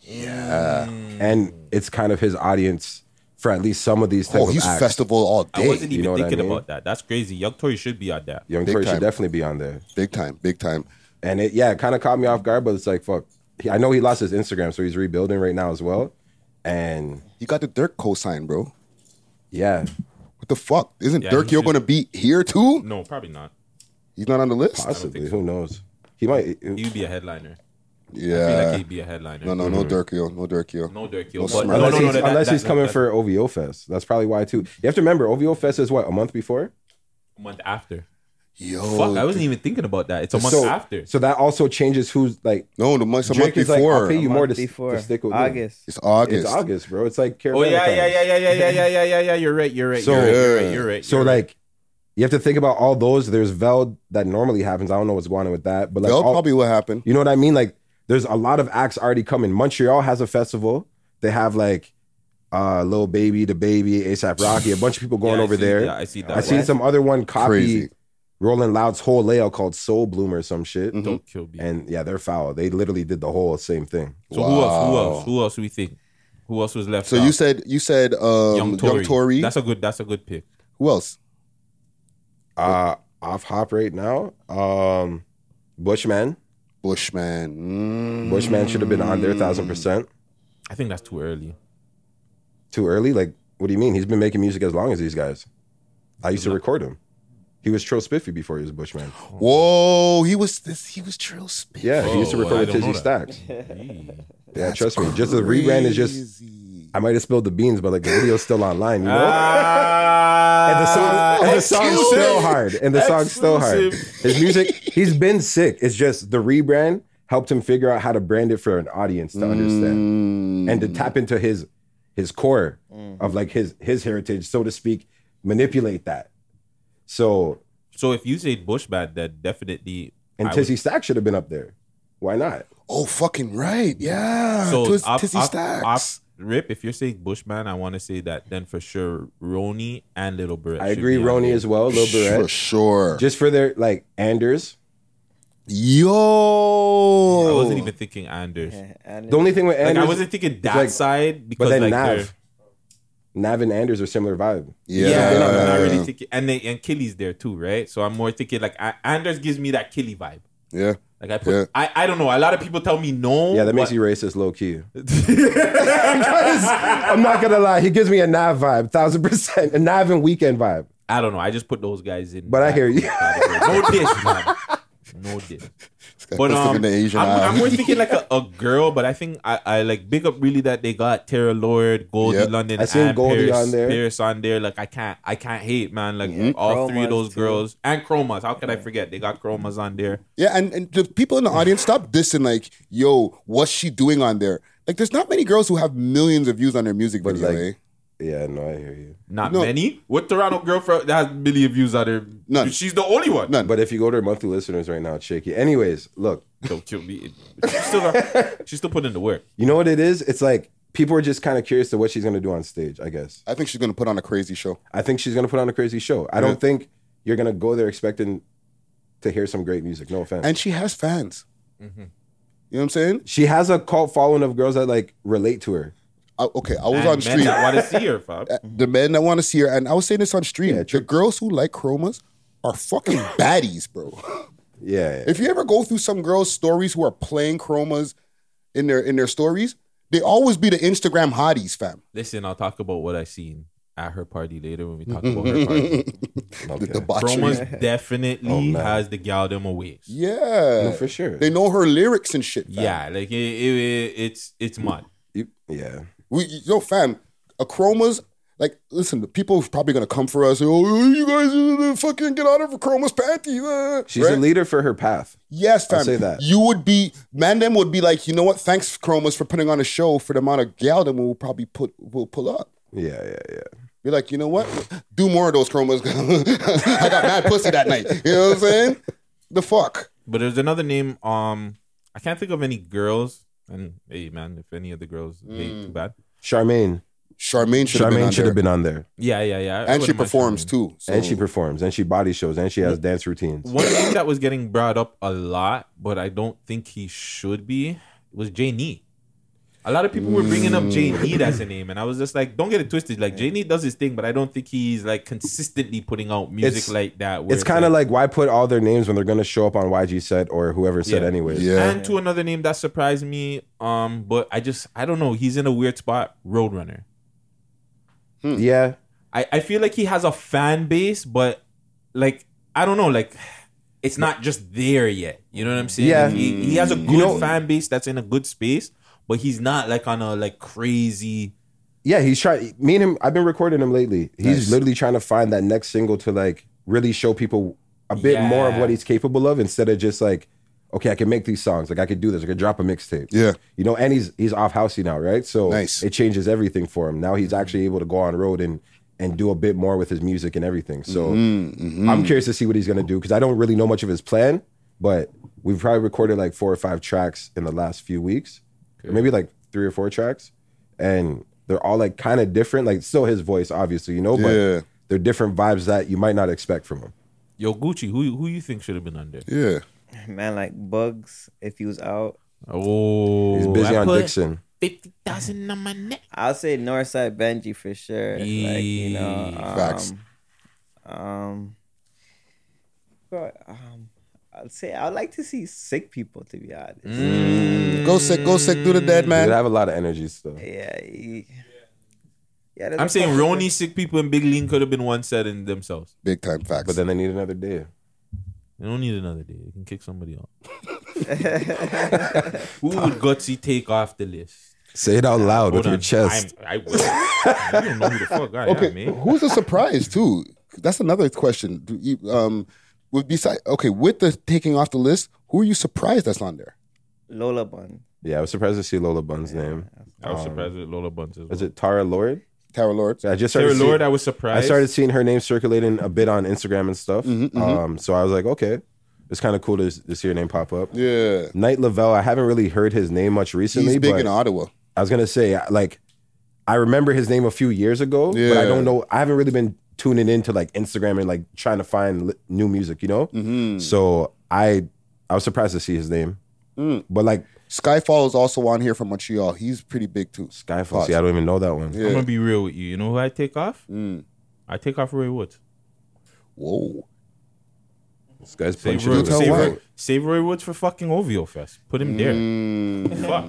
yeah, and it's kind of his audience for at least some of these types Oh, of he's acts. festival all I day. wasn't even know what I thinking mean? about that. That's crazy. Young Tory should be on that. Young Big Tory time. should definitely be on there, Big time, big time. and it yeah, it kind of caught me off guard, but it's like fuck, He- I know he lost his Instagram, so he's rebuilding right now as well, and He got the Dirk cosign, bro. yeah, What the fuck? Isn't Yeah, Dirk he Yo should- gonna be here too? No, probably not. He's not on the list. possibly who knows, he might. He'd be a headliner. I Uh, feel like Yeah. he'd be a headliner. No, no, no Dirk Yo, no Dirk Yo. Mm-hmm. No Dirk Yo, No but- smirk. No, no, Unless no, he's, that- unless that- he's coming that- for OVO Fest. That's probably why too. You have to remember OVO Fest is what a month before. A month after. Yo, Fuck, I wasn't even thinking about that. It's a month Oh, so, after. So that also changes who's like. no, the month, the month Drake is like, before. I'll pay you more to, Month to before stick with me. August. it's August. It's August, bro. It's like Oh Carolina yeah, times. yeah, yeah, yeah, yeah, yeah, yeah, yeah, yeah, yeah. You're right. You're right. So- you're right, you're right. You're right. So you're right. like, you have to think about all those. There's Veld that normally happens. I don't know what's going on with that, but like, That'll all- probably what happened. you know what I mean? Like, there's a lot of acts already coming. Montreal has a festival. They have like, uh, Lil Baby, the Baby, ASAP Rocky, a bunch of people going Yeah, I over see- there. yeah, I see that. I seen What? some other one copy Crazy. Rolling Loud's whole layout called Soul Bloom or some shit. Don't kill me. And yeah, they're foul. They literally did the whole same thing. So who else? Who else? Who else? We think. Who else was left? So out? you said you said um, Young Tory. That's a good. That's a good pick. Who else? Uh, off hop right now. Um, Bushman. Bushman. Mm. Bushman should have been on there thousand percent. I think that's too early. Too early. Like, what do you mean? He's been making music as long as these guys. I used to record him. He was Trill Spiffy before he was Bushman. Oh. Whoa, he was this. He was Trill Spit. Yeah, he used to Oh, Whoa, I record with don't know Tizzy that. Stacks. Yeah, That's trust me. Just the rebrand is just. crazy. I might have spilled the beans, but like the video's still online. You know. Ah, And the song, Oh. and the song's exclusive. still hard. And the song's still hard. Uh, Exclusive. His music, he's been sick. It's just the rebrand helped him figure out how to brand it for an audience to Mm. understand and to tap into his his core of like his his heritage, so to speak, manipulate that. So so if you say Bushman, then definitely. and I would- Tizzy Stack should have been up there. Why not? Oh, fucking right. Ah, Yeah. So Tiz, off- Tizzy off- Stacks. off Rip, if you're saying Bushman, I want to say that then for sure Roni and Little Bird. I agree, Roni as well, Lil for Barrett. sure. Just for their like Anders. Yo. I wasn't even thinking Anders. And The only thing with Like Anders I wasn't thinking that like- side because but then like Nav. they're- Nav and Anders are similar vibe. Yeah. I'm not, really thinking. And they, and Killy's there too, right? So I'm more thinking like I, Anders gives me that Killy vibe. Yeah. Like I put, Yeah. I, I don't know. A lot of people tell me no. Yeah, that makes but- you racist, low key. I'm not gonna lie, he gives me a Nav vibe, thousand percent, a Nav and weekend vibe. [laughs] I don't know. I just put those guys in. But I that hear you. category. No dish, man. No [laughs] dish. But puts them um, in the Asian I'm, eye. I'm more thinking like a, a girl, but I think I, I like big up really that they got Tara Lord, Goldie Yep. London, I seen and Goldie Pierce, on there. Pierce on there. Like I can't I can't hate man. Like Mm-hmm. all three of Chromas, those too. girls and Chromas. How could I forget? They got Chromas on there. Yeah, and, and the people in the audience, stop dissing like, yo, what's she doing on there? Like, there's not many girls who have millions of views on their music video, like- eh? [laughs] Yeah, no, I hear you. Not No. many. What Toronto girlfriend that has million views on her? None. She's the only one. None. But if you go to her monthly listeners right now, it's shaky. Anyways, look, Don't kill me. She's still [laughs] got, she's still putting in the work. you know what it is? It's like people are just kind of curious to what she's gonna do on stage. I guess. I think she's gonna put on a crazy show. I think she's gonna put on a crazy show. I don't think you're gonna go there expecting to hear some great music. No offense. And she has fans. Mm-hmm. You know what I'm saying? she has a cult following of girls that like relate to her. I, okay, I was And on Uh, men stream. that want to see her, [laughs] fam. the men that want to see her, and I was saying this on stream. Yeah, the girls who like chromas are [laughs] fucking baddies, bro. Yeah. If you ever go through some girls' stories who are playing chromas in their in their stories, they always be the Instagram hotties, fam. Listen, I'll talk about what I seen at her party later when we talk about [laughs] her party. The debauchery. Chromas [laughs] definitely has the gal them away. Oh, Yeah. No, for sure. They know her lyrics and shit. Fam. Yeah, like it, it, it's it's mud. You- yeah. We, yo, fam, a chromas, like, listen, the people are probably going to come for us. Oh, you guys uh, fucking get out of chromas panties. uh," She's right? a leader for her path. Yes, fam. I'll say that. You would be, man, them would be like, you know what? Thanks, chromas, for putting on a show for the amount of gal that we'll probably put, we'll pull up. Yeah, yeah, yeah. Be like, you know what? Do more of those chromas. [laughs] I got mad pussy that night. You know what I'm saying? The fuck? But there's another name. Um, I can't think of any girls. And hey, man, if any of the girls, they Mm. too bad. Charmaine. Charmaine should have been on Charmaine should there. have been on there. Yeah, yeah, yeah. I and she wouldn't mind performs Charmaine. too. So. And she performs and she body shows and she has dance routines. One name that was getting brought up a lot, but I don't think he should be, was Jay Nee. A lot of people were bringing up Jay Mm. Nee as a name, and I was just like, don't get it twisted. Like Jay Nee does his thing, but I don't think he's like consistently putting out music It's- like that. where It's kind of like why put all their names when they're going to show up on YG set or whoever set Yeah. anyways. Yeah. And to another name that surprised me, um, but I just I don't know. He's in a weird spot. Roadrunner. Hmm. Yeah. I, I feel like he has a fan base, but like I don't know, like it's not just there yet. You know what I'm saying? Yeah. Mm. Like, he, he has a good know- fan base that's in a good space, but he's not like on a like crazy. Yeah, he's trying. Me and him, I've been recording him lately. He's literally trying to find that next single to like really show people a bit Yeah. more of what he's capable of instead of just like, okay, I can make these songs. Like I could do this. I could drop a mixtape. Yeah. you know. And he's he's off housey now, right? So Nice. it changes everything for him. Now he's actually able to go on road and and do a bit more with his music and everything. So Mm-hmm, I'm curious to see what he's gonna do because I don't really know much of his plan, but we've probably recorded like four or five tracks in the last few weeks, or maybe like three or four tracks, and they're all like kind of different. Like still his voice, obviously, you know, but Yeah. they're different vibes that you might not expect from him. Yo, Gucci, who who you think should have been under? Yeah. man, like bugs. If he was out, Oh, He's busy I on put Dixon. Fifty thousand on my neck. I'll say Northside Benji for sure. Like you know, um, Facts. Um, but, um, I'd say I'd like to see sick people. To be honest, Mm. Um, Go sick, go sick, do the dead They man. have a lot of energy still. yeah, he- yeah. there's I'm a saying couple Roni, sick people, and Big Lean could have been one set in themselves. Big time facts. But then they need another day. They don't need another day. They can kick somebody [laughs] off. who would Gutsy take off the list? Say it out loud Hold with your on. chest. I'm, I [laughs] will. you don't know who the fuck I okay, am, man. who's a surprise too? That's another question. Do you, um, with beside okay, with the taking off the list, who are you surprised that's on there? Lola Bun. yeah, I was surprised to see Lola Bun's name. I was surprised with Lola Bunch as well. Um, Is it Tara Lord? Tara Lord. I just started Sarah seeing- Lord, I was I surprised. started seeing her name circulating a bit on Instagram and stuff. Um, so I was like, okay, it's kind of cool to, to see her name pop up. Yeah, Knight Lavelle, I haven't really heard his name much recently. he's big but in Ottawa. I was gonna say like I remember his name a few years ago, but Yeah. I don't know. I haven't really been tuning into like Instagram and like trying to find li- Mm-hmm. Mm. new music, you know. So I I was surprised to see his name, but like Skyfall is also on here from Montreal. He's pretty big too. Skyfall. See, I don't even know that one. I'm Yeah. gonna be real with you. You know who I take off? Hmm. I take off Roy Woods. Whoa. This guy's Save punching. Roy, in the tell save, why. Roy, save Roy Woods for fucking OVO Fest. Put him Hmm. Mm. there. Fuck.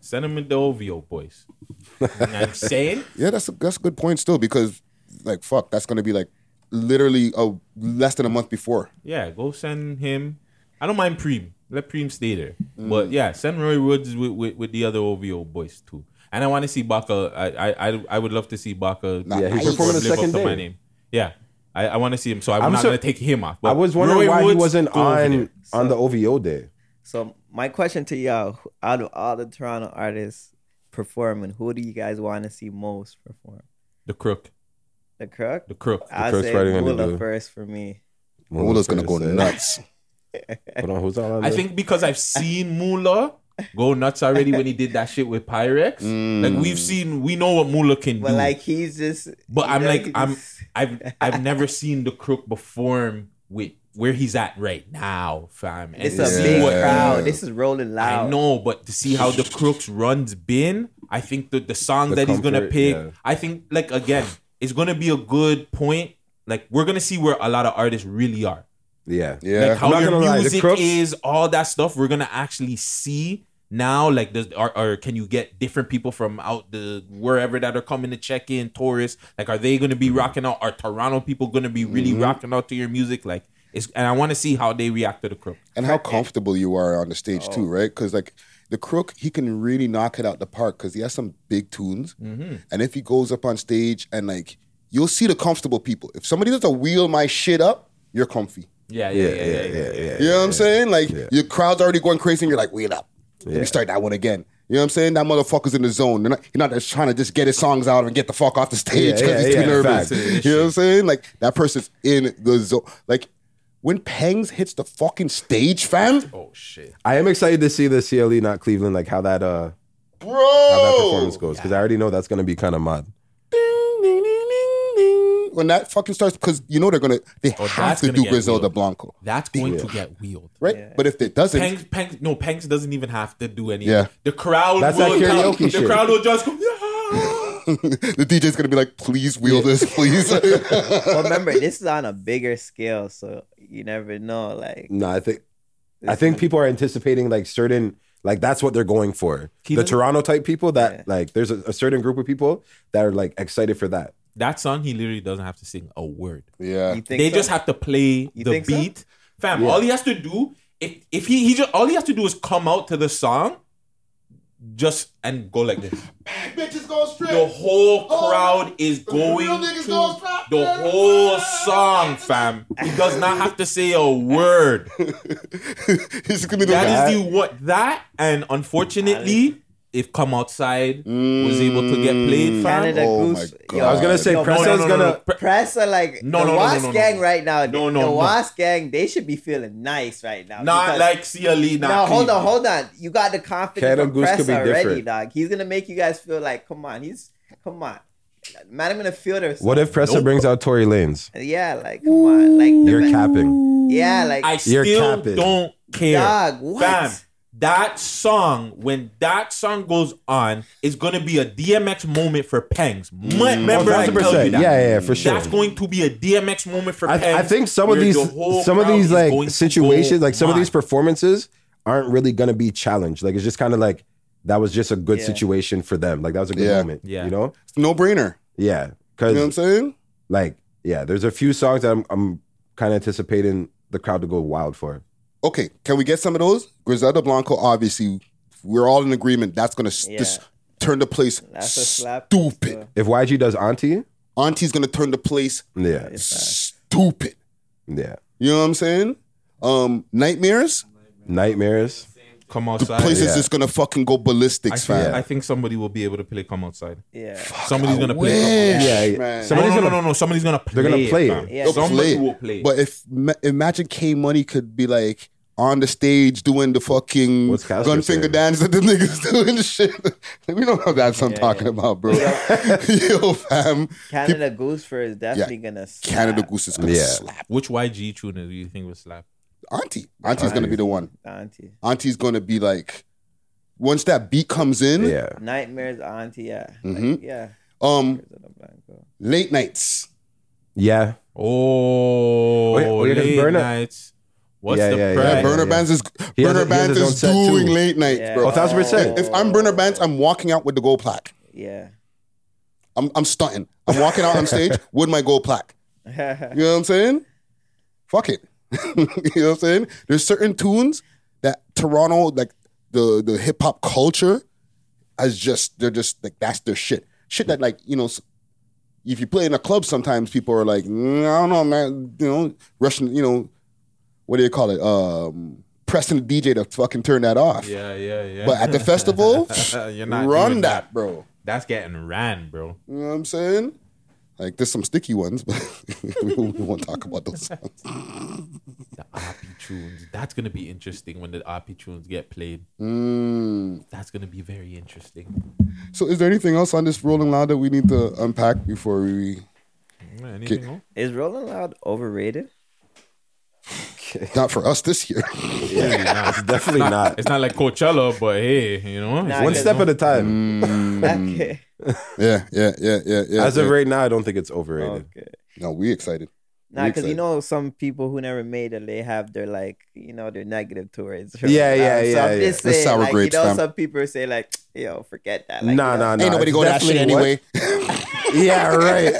Send him into OVO, boys. You know what I'm saying? Yeah, that's a, that's a good point still because like fuck, that's gonna be like literally a less than a month before. Yeah, go send him. I don't mind Preem. Let Preem stay there. Mm. But yeah, send Roy Woods with, with, with the other OVO boys too. And I want to see Baca. I, I I I would love to see Baca. Nah, Yeah, he's performing the live up second to my day. name. Yeah, I, I want to see him. So I'm, I'm not so- gonna take him off. But I was wondering Roy why Woods, he wasn't go over on there. on the OVO day. So my question to y'all, who- out of all the Toronto artists performing, who do you guys want to see most perform? the crook. The Crook? The crook. I Crook's say probably gonna Mula do- first for me. Mula's gonna go Said. nuts. Hold on, who's on? I think because I've seen Mula go nuts already when he did that shit [laughs] with Pyrex. Mm. Like we've seen, we know what Mula can But do. like he's just. But you I'm know, like he's I'm just- I've I've never seen the crook perform with where he's at right now, fam. And It's to a see big what- crowd. This is rolling loud. I know, but to see how the crook's run's been, I think the the song The that he's gonna comfort, pick, yeah. I think like again, it's gonna be a good point. Like we're gonna see where a lot of artists really are. Yeah. Yeah. Like how I'm not your gonna lie, the music Crooks- is, all that stuff. We're gonna actually see now. Like, does or, or can you get different people from out the wherever that are coming to check in? Tourists, like, are they gonna be Mm-hmm. rocking out? Are Toronto people gonna be really rocking out to your music? Like, it's and I want to see how they react to the crook. and how comfortable you are on the stage too, right? Because like the crook, he can really knock it out the park because he has some big tunes. And if he goes up on stage and like you'll see the comfortable people. If somebody does a wheel my shit up, you're comfy. Yeah, yeah, yeah, yeah, yeah. You know what I'm saying? Like your crowd's already going crazy, and you're like, wheel up. Let Yeah. me start that one again. You know what I'm saying? That motherfucker's in the zone. They're not, he's not just trying to just get his songs out and get the fuck off the stage because yeah, he's too yeah, nervous. facts. You know what I'm saying? Like that person's in the zone. Like when Pangs hits the fucking stage, fam, Oh shit! I am excited to see the CLE, not Cleveland, like how that uh how that bro. performance goes because I already know that's gonna be kind of mod. When that fucking starts, because you know they're gonna they Oh, have that's to gonna do get Griselda wheeled. Blanco, That's going to get wheeled. right? But if it doesn't, Pangs, Pangs, no, Pangs doesn't even have to do anything. Yeah. The crowd That's will that karaoke the shit. crowd will just go, yeah. [laughs] the DJ's gonna be like, please wheel this, please. [laughs] But remember, this is on a bigger scale, so you never know. Like No, I think I think people are anticipating like certain like that's what they're going for. Keelan? The Toronto type people that Yeah. like there's a, a certain group of people that are like excited for that. That song, he literally doesn't have to sing a word. yeah. you think they so? just have to play the think so? beat. Fam, all he has to do if if he he just all he has to do is come out to the song just and go like this. Bitches go strip. The whole crowd is going real to niggas gonna strap the them. whole song, fam. He does not have to say a [laughs] word. [laughs] He's gonna be the That guy. is the what that and unfortunately if come outside was able to get played, Mm. Canada fam. Oh my Goose. God. I was gonna say yo, Press no, is no, no, gonna no. Pre- Press are No, like the no, no, no, Wasp no, no. gang right now. No, no, the no. Wasp gang. They should be feeling nice right now. Not because- like CLE, not No, hold on, Cleveland. hold on. You got the confidence Canada from Goose Press could be already, different. dog. He's gonna make you guys feel like, come on, he's come on, man. I'm gonna feel their. What if Presser Nope. brings out Tory Lanes? Yeah, like come on, like the You're man- capping. Yeah, like I You're still capping. don't care. Dog, what? Fam, that song, when that song goes on, is gonna be a DMX moment for Pangs. M- Mm, Remember, I told you 100%. that. Yeah, yeah, yeah, for sure. That's going to be a DMX moment for I, Pangs. I think some of where these the whole some of crowd these is going like to situations go like some of these mad. performances aren't really gonna be challenged. Like it's just kind of like that was just a good Yeah. situation for them. Like that was a good Yeah. moment. Yeah. You know? no brainer. Yeah. Cause You know what I'm saying? like yeah, there's a few songs that I'm I'm kind of anticipating the crowd to go wild for. Okay, can we get some of those? Griselda Blanco, obviously, we're all in agreement. That's gonna s Yeah. just turn the place That's a slap. stupid. If YG does Auntie, Auntie's gonna turn the place yeah, stupid. yeah, You know what I'm saying? Um, nightmares. Nightmares. come The outside. place is yeah. just gonna fucking go I, ballistics, think, fam. I think somebody will be able to play come outside. Yeah, Somebody's gonna play. Come wish. outside. Yeah, man. yeah. No, somebody's no, no, gonna no, no. Somebody's gonna play. They're gonna play it. fam. Yeah. They'll Somebody will play. But if ma- imagine K Money could be like on the stage doing the fucking What's Casper gun finger saying? dance that the niggas [laughs] doing shit. we know how that's what I'm talking about, bro. [laughs] Yo, fam. Canada Goose for is definitely gonna. Slap. Canada Goose is gonna Yeah. slap. Which YG tune do you think will slap? Auntie. Auntie's gonna be the one. Auntie. Auntie's gonna be like, once that beat comes in, Yeah. Nightmares auntie, yeah. Like, Mm-hmm. yeah. um, Nightmares on a Blanco. late nights. Yeah. Oh, Oh, yeah, oh, yeah, 'cause late Burner- nights. What's Yeah, the yeah, yeah. Yeah, price? Burner yeah. Bands is He has a- Burner he has Bands his is own set, too. doing late nights, Yeah. bro. Oh, thousand percent. If I'm Burner Bands, I'm walking out with the gold plaque. Yeah. I'm I'm stunting. I'm walking out on stage with my gold plaque. You know what I'm saying? Fuck it. [laughs] you know what I'm saying? There's certain tunes that Toronto, like the the hip hop culture, has just they're just like that's their shit. Shit that like you know, s- if you play in a club, sometimes people are like, "Mm, I don't know, man. You know, Russian. You know, what do you call it? Um, pressing the DJ to fucking turn that off. Yeah, yeah, yeah. But [laughs] at the festival, You're not run doing that, that. bro. That's getting ran, bro. You know what I'm saying? Like there's some sticky ones, but [laughs] we, we won't talk about those songs. The RP tunes. That's gonna be interesting when the RP tunes get played. That's gonna be very interesting. Mm. So is there anything else on this Rolling Loud that we need to unpack before we Yeah, Mm, Anything Okay. else? Is Rolling Loud overrated? not for us this [laughs] year? Really [laughs] not. Definitely [laughs] not. It's not like Coachella, but hey, you know, Nah, One because- step at a time. Mm. [laughs] Okay. Mm. yeah, yeah, yeah, yeah, Mm-hmm. yeah. As yeah. of right now, I don't think it's overrated. Okay. no, we excited. Nah, We because you excited. know some people who never made it, they have their like, you know, their negative towards. Rolling Yeah, Loud. yeah, so yeah, I'm yeah. just The saying, sour like, grapes, you know, fam. some people say like, yo, forget that. Like, Nah, you know, nah, nah. Oh. Ain't nobody It's go to that shit definitely anyway. what- [laughs] Yeah, right.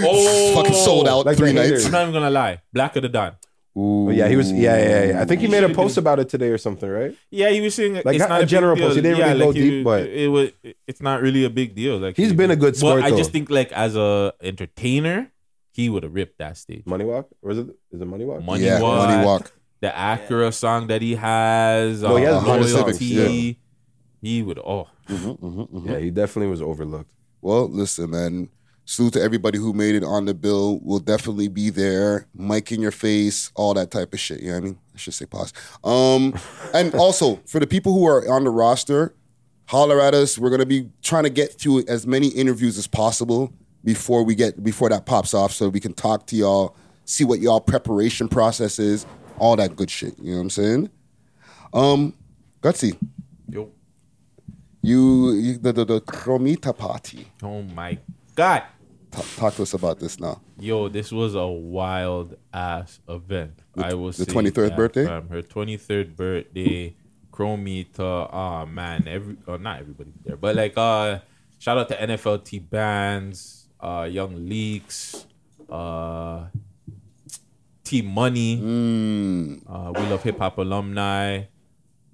oh, Fucking sold out Like three the haters. nights. I'm not even gonna lie. Black of the Dawn. But yeah, he was. Yeah, yeah, yeah. I think he made a post about it today or something, right? Yeah, he was saying Like, it's not not, a big general deal. post. He didn't really go he- deep, but- it was. It's not really a big deal. Like He's he- been a good sport, But I though. just think like as a entertainer, he would have ripped that stage. Money Walk, or is it? Is it Money Walk? Money Yeah, walk, money walk. the Acura song that he has. No, he uh, has a lot of Loyalty, civics, He would. Oh, Yeah, he definitely was overlooked. Well, listen, man. Salute to everybody who made it on the bill. We'll definitely be there. Mic in your face, all that type of shit. You know what I mean? I should say pause. Um, and also for the people who are on the roster, holler at us. We're gonna be trying to get through as many interviews as possible before we get before that pops off, so we can talk to y'all, see what y'all preparation process is, all that good shit. You know what I'm saying? Um, gutsy, yo, you, you the the, the Kromita party. oh my god, Ta- talk to us about this now. yo, this was a wild ass event. I was the 23rd birthday? her twenty third birthday. Chromita, oh man, every oh, not everybody there, but like uh, shout out to NFL T bands, uh, Young Leaks, uh, T Money. Uh, we love hip hop alumni.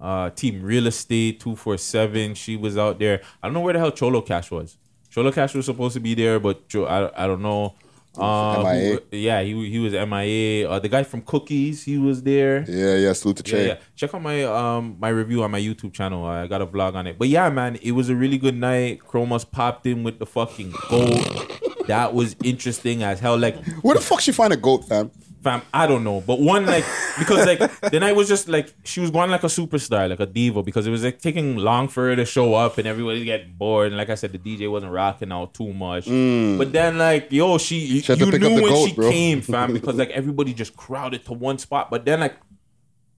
Uh, team real estate 247. She was out there. I don't know where the hell Cholo Cash was. Cholo Cash was supposed to be there, but Cho- I, I don't know. Uh, MIA. who- yeah, he he was MIA. Uh, the guy from Cookies, he was there. Yeah, yeah. Salute to Yeah, Che. yeah. Check out my um my review on my YouTube channel. I got a vlog on it. But yeah, man, it was a really good night. Chroma's popped in with the fucking gold. that was interesting as hell. Like Where the fuck she find a goat, fam? fam, I don't know. But one like because like the night was just like she was going like a superstar, like a diva, because it was like taking long for her to show up and everybody get bored. And like I said, the DJ wasn't rocking out too much. But then like yo, she, Mm. She had to you pick up knew the when goat, she bro. came, [laughs] fam, because like everybody just crowded to one spot. But then like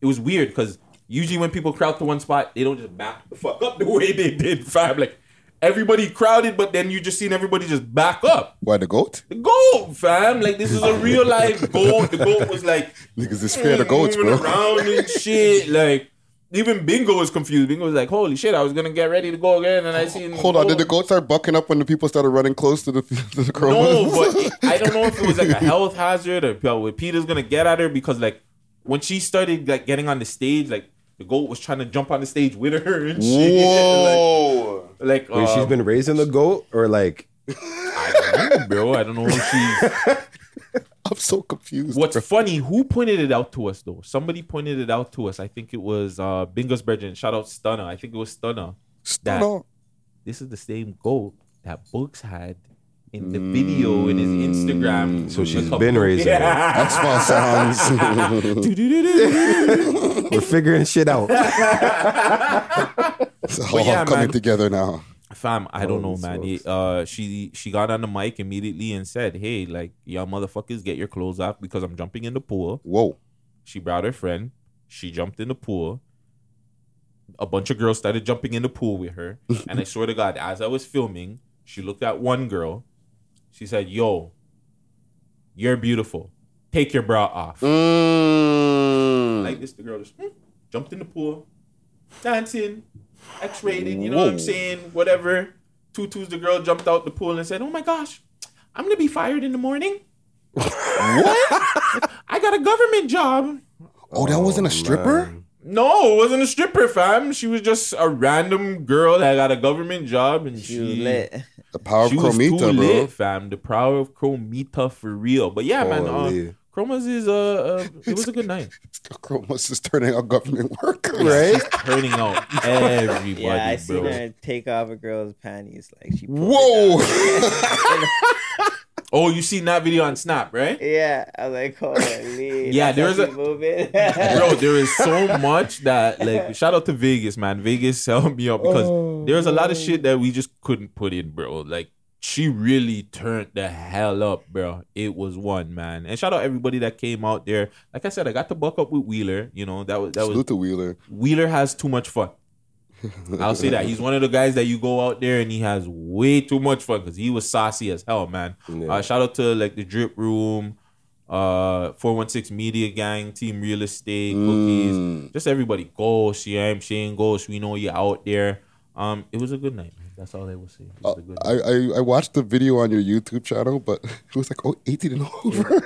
it was weird because usually when people crowd to one spot, they don't just back the fuck up the way they did, fam. Like everybody crowded, but then you just seen everybody just back up Why the goat? the goat, fam. Like this is a real [laughs] life goat. The goat was like Niggas is scared of goats, moving bro. around and shit. Like even Bingo was confused. Bingo was like, "Holy shit! I was gonna get ready to go again, and I seen." [laughs] Hold on, did the goat." goats start bucking up when the people started running close to the [laughs] to the chroma? [laughs] No, but it- I don't know if it was like a health hazard or yo, what Peter's gonna get at her because like when she started like getting on the stage, like the goat was trying to jump on the stage with her and shit. [laughs] [laughs] Whoa! Like, like Wait, um, she's [laughs] been raising the goat, or like been, bro. I don't know if she's. I'm so confused. What's funny, who pointed it out to us though? Somebody pointed it out to us. I think it was uh Bingo's Brethren. Shout out Stunner. I think it was Stunner. Still no. This is the same goat that Books had in the video in his Instagram. Mm, so she's been raising. it. That's my [laughs] sounds. We're figuring shit out. it's all yeah, coming man. together now. [laughs] Fam, I don't know, man. He- uh, she she got on the mic immediately and said, "Hey, like y'all motherfuckers, get your clothes off because I'm jumping in the pool." Whoa! She brought her friend. She jumped in the pool. a bunch of girls started jumping in the pool with her. And I swear to God, as I was filming, she looked at one girl. She said, Yo, you're beautiful. Take your bra off. Like this, the girl just hmm, jumped in the pool, dancing, X rated, you know what I'm saying? Whatever. Tutus, the girl jumped out the pool and said, Oh my gosh, I'm going to be fired in the morning. what? I got a government job. [laughs] Oh, that wasn't a stripper? No, it wasn't a stripper, fam. She was just a random girl that got a government job and she, You lit. [laughs] The power of she was too Chromita, bro. [laughs] lit, fam. The power of Chromita for real. But yeah, man, uh, Holy. Chromas is uh, uh, it was a good night. Chromas is turning out government [laughs] work, right? Turning out everybody, Yeah, I seen bro. her take off a girl's panties. Like she. pulled it Whoa. down. Oh, you seen that video on Snap, right? Yeah, I was like, holy. Yeah, that's there how was a- she move [laughs] it. [laughs] Bro, there is so much that like shout out to Vegas, man. Vegas helped me up because there's a lot of shit that we just couldn't put in, bro. Like she really turned the hell up, bro. It was one, man. And shout out everybody that came out there. Like I said, I got to buck up with Wheeler. You know, that was that was Salute to Wheeler. Wheeler has too much fun. I'll say that he's one of the guys that you go out there and he has way too much fun because he was saucy as hell, man. Uh, shout out to like the Drip Room, uh, Four One Six Media Gang, Team Real Estate, Cookies, just everybody. Ghost, yeah, I'm saying Ghost. We know you're out there. Um, it was a good night. man. That's all I will say. It was a good I, I, I watched the video on your YouTube channel, but [laughs] it was like, oh, 18 and over.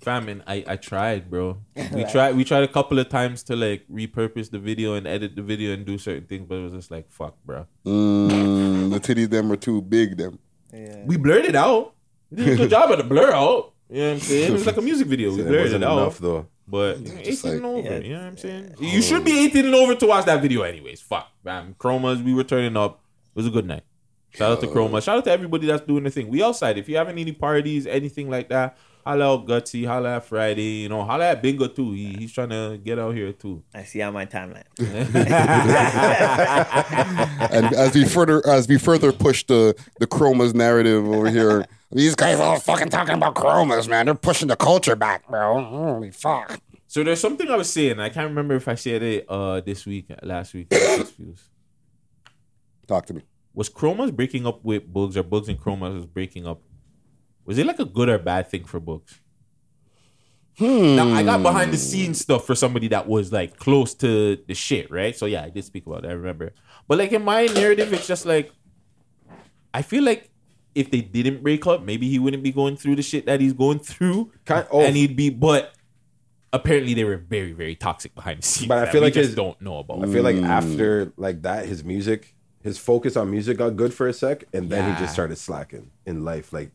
Fam, and I, I tried, bro. We tried we tried a couple of times to like repurpose the video and edit the video and do certain things, but it was just like fuck, bro. mm, the titties them are too big, them. yeah. we blurred it out. Did [laughs] a good job at the blur out. You know what I'm saying? It was like a music video. We It blurred it, wasn't out. enough though. But 18 and like- over. Yeah. You know what I'm saying? You should be 18 and over to watch that video anyways. Fuck, man. Chromas, we were turning up. It was a good night. Shout out to Chroma. Shout out to everybody that's doing the thing. We outside. If you having any parties, anything like that, holla out Gutsy, holla at Friday, you know, holla at Bingo too. He, he's trying to get out here [laughs] too. I see on my timeline. and as we further as we further push the the chromas narrative over here, these guys are all fucking talking about chromas, man. They're pushing the culture back, bro. Holy fuck. So there's something I was saying. I can't remember if I said it uh this week, last [laughs] week. Excuse. Talk to me. was Chroma's breaking up with Bugs or Bugs and Chroma's was breaking up? Was it like a good or bad thing for Bugs? Hmm. Now I got behind the scenes stuff for somebody that was like close to the shit, right? So yeah, I did speak about it. I remember, but like in my narrative, it's just like I feel like if they didn't break up, maybe he wouldn't be going through the shit that he's going through, Kind- oh. and he'd be. But apparently, they were very, very toxic behind the scenes. But I that feel we like just his- don't know about. I feel like Mm. after like that, his music, his focus on music got good for a sec, and then he Yeah. just started slacking in life. Like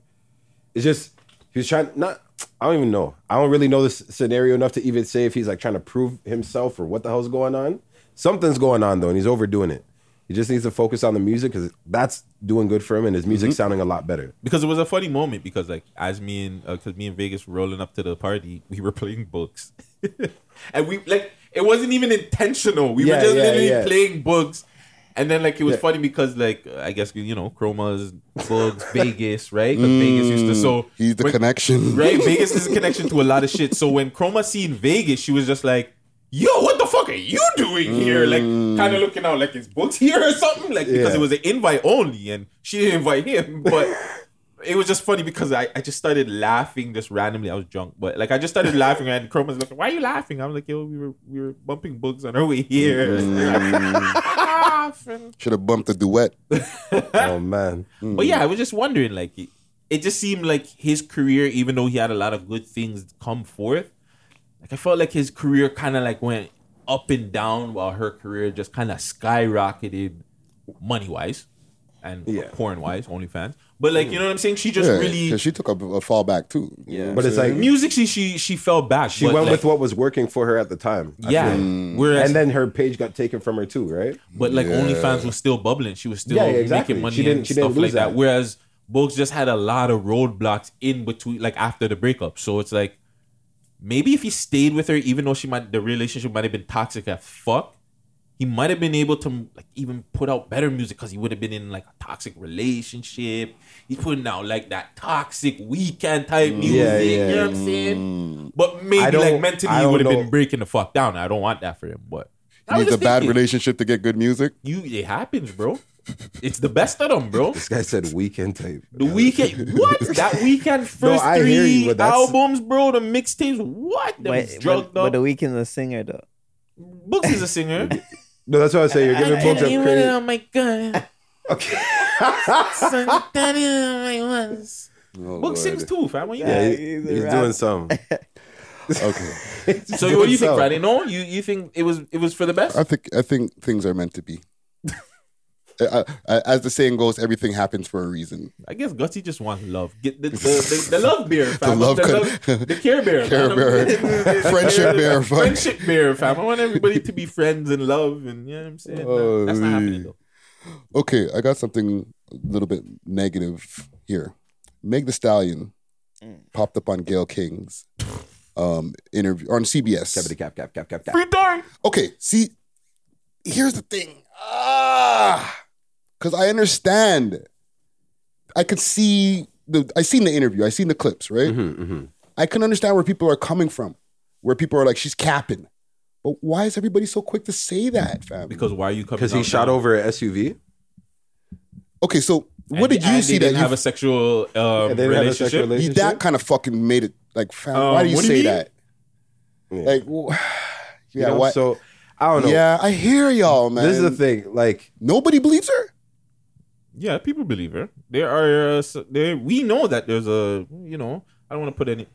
it's just he was trying not. I don't even know. I don't really know this scenario enough to even say if he's like trying to prove himself or what the hell's going on. Something's going on though, and he's overdoing it. He just needs to focus on the music because that's doing good for him, and his Mm-hmm. music's sounding a lot [laughs] better. because it was a funny moment because like as me and because me and Vegas were rolling up to the party, we were [laughs] playing books, and we like it wasn't even intentional. We Yeah, were just yeah, literally yeah. playing books, and then like it was Yeah. funny because like I guess you know Chroma's [laughs] books Vegas right? 'Cause Mm, Vegas used to so He's the when- connection. right? Vegas is a connection to a lot of shit. So when Chroma seen Vegas, she was just like. Yo, what the fuck are you doing here? Like, kind of looking out like his books here or something. Like, because Yeah. it was an invite only, and she didn't invite him. But it was just funny because I, I just started laughing just randomly. I was drunk, but like I just started laughing and Chroma's like, Why are you laughing? I'm like, yo, we were we were bumping books on our way here. [laughs] Laughing. Should have bumped the duet. oh man, but yeah, I was just wondering, like it, it just seemed like his career, even though he had a lot of good things come forth, like I felt like his career kind of like went up and down while her career just kind of skyrocketed money wise and Yeah. Mm. porn wise, OnlyFans. But like, you know what I'm saying? She just Yeah, really 'cause she took a, a fall back too. You know what But I'm it's like- saying? music she she she fell back. she went with what was working for her at the time. I yeah. feel. Whereas, and then her page got taken from her too, right? but like Yeah. OnlyFans was still bubbling. She was still Yeah, yeah, exactly. making money She didn't- and she didn't stuff like lose that. that. Whereas Bugs just had a lot of roadblocks in between, like after the breakup. So it's like maybe if he stayed with her, even though she might the relationship might have been toxic as fuck, he might have been able to like even put out better music because he would have been in like a toxic relationship. He's putting out like that toxic weekend type music. Mm. yeah. You know what I'm saying? But maybe don't- like mentally I he don't would have been know. breaking the fuck down. I don't want that for him, but. I You was need a just bad thinking, relationship to get good music. You, it happens, bro. It's the best of them, bro. This guy said weekend type. The weekend, what? That weekend first I hear three you, but that's- albums, bro. The mixtapes, what? Them But, drugged but, but up. the weekend's a singer though. Books is a singer. No, that's what I was saying. You're giving Boogs up credit. oh my gun. [laughs] Okay. Oh, Book sings Lord. too, fam. What you Yeah, mean? he's a He's rapper. doing some. [laughs] Okay. So what do you think, so. Friday? No, you you think it was it was for the best? I think I think things are meant to [laughs] be. Uh, uh, As the saying goes, everything happens for a reason. I guess Gutsy just wants love. Get [laughs] the the, the, the love beer, fam. love the, con- the care bear, Care fam. Bear. [laughs] The Friendship bear, fuck. friendship bear, fam. I want everybody to be friends and love, and you know what I'm saying. No, that's not happening though. Oh, Okay, I got something a little bit negative here. Meg the Stallion Mm. popped up on Gail King's um, interview on CBS. Cap, cap, cap, cap, cap. Free darn. Okay, see, here's the thing. Ah, because I understand. I could see the. I seen the interview. I seen the clips. Right. Mm-hmm. Mm, mm-hmm. I can understand where people are coming from, where people are like, "She's capping," but why is everybody so quick to say that, fam? Because why are you coming? Because he out shot now? over an SUV. okay, so what And- did you and see they that didn't you have a sexual um, And they didn't have a relationship? sexual He- relationship. that kind of fucking made it like, fam, Um, why do you what do say you mean? that? Like, w- [sighs] You yeah, know? why- So I don't know. yeah, I hear y'all, man. This is the thing. Like, Nobody believes her. Yeah, people believe her. There are uh, s- there. We know that there's a you know. I don't want to put any.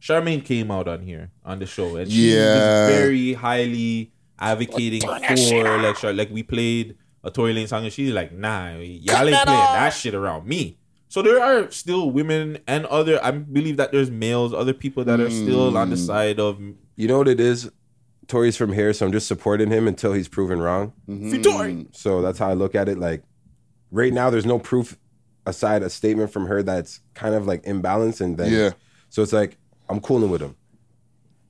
Charmaine came out on here on the show, and she Yeah. was very highly advocating for like Char- like we played a Tory Lane song, and she's like, "Nah, y'all ain't playing that shit around me." So there are still women and other. I believe that there's males, other people that are still on the side of you know what it is? Tori's from here, so I'm just supporting him until he's proven wrong. Tory. So that's how I look at it. Like, right now, there's no proof aside a statement from her that's kind of like imbalanced. And then, Yeah. So it's like, I'm cooling with him.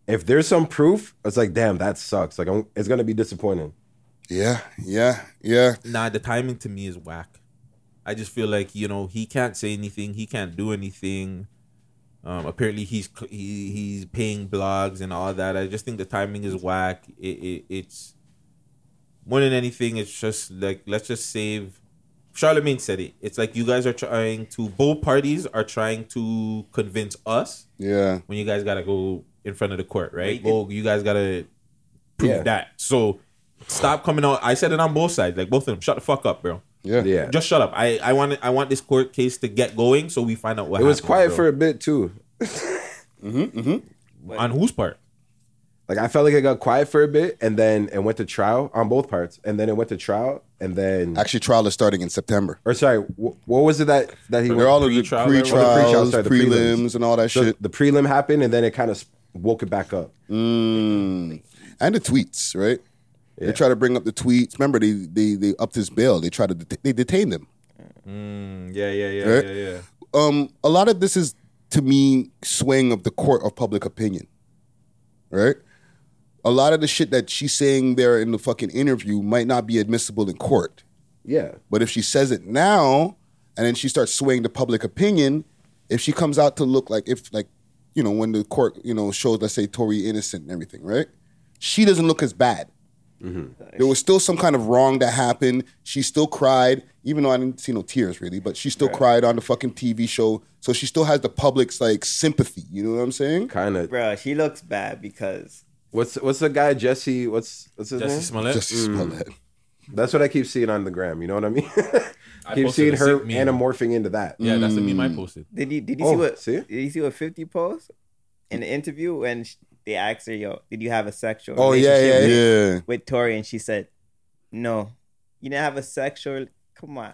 If there's some proof, it's like, damn, that sucks. Like, I'm, it's going to be disappointing. Yeah, yeah, yeah. Nah, the timing to me is whack. I just feel like you know he can't say anything, he can't do anything. Um, apparently he's cl- he, he's paying blogs and all that. I just think the timing is whack. It, it it's more than anything. It's just like let's just save. Charlemagne said it. It's like you guys are trying to both parties are trying to convince us Yeah. when you guys gotta go in front of the court, right? But you Well, you guys gotta prove Yeah. that. So stop coming out. I said it on both sides, like both of them. Shut the fuck up, bro. Yeah. Yeah. Just shut up. I I want I want this court case to get going so we find out what it was happened, quiet bro. for a bit, too. on whose part? Like I felt like it got quiet for a bit, and then it went to trial on both parts, and then it went to trial, and then Actually, trial is starting in September. or sorry, wh- what was it that that he They're all in the Pre-trial, pre everyone. trials, The pre-trials, sorry, the prelims, prelims. and all that the, shit, the prelim happened, and then it kind of woke it back up. Mm. and the tweets, right? They try to bring up the tweets. Remember, they they they upped his bail. They try to det- they detained him. Yeah, yeah, yeah, Right? yeah, yeah. Um, a lot of this is to me swaying of the court of public opinion, right? A lot of the shit that she's saying there in the fucking interview might not be admissible in court. Yeah, But if she says it now and then she starts swaying the public opinion, if she comes out to look like if like, you know, when the court, you know, shows let's say Tory innocent and everything, right? She doesn't look as bad. There was still some kind of wrong that happened. She still cried, even though I didn't see no tears really, but she still cried on the fucking TV show. So she still has the public's like sympathy. You know what I'm saying? kind of. Bro, she looks bad because What's what's the guy Jesse? What's what's his Jesse name? Smollett. Just smell it. That's what I keep seeing on the gram. You know what I mean? keep posted seeing a her sick meme. anamorphing into that. yeah, that's the meme mm. I posted. did you did you Oh, see what see? did you see what Fifty post in the interview when sh they asked her, "Yo, did you have a sexual?" Oh, yeah, relationship yeah, with- Yeah. With Tori, and she said, "No, you didn't have a sexual. Come on."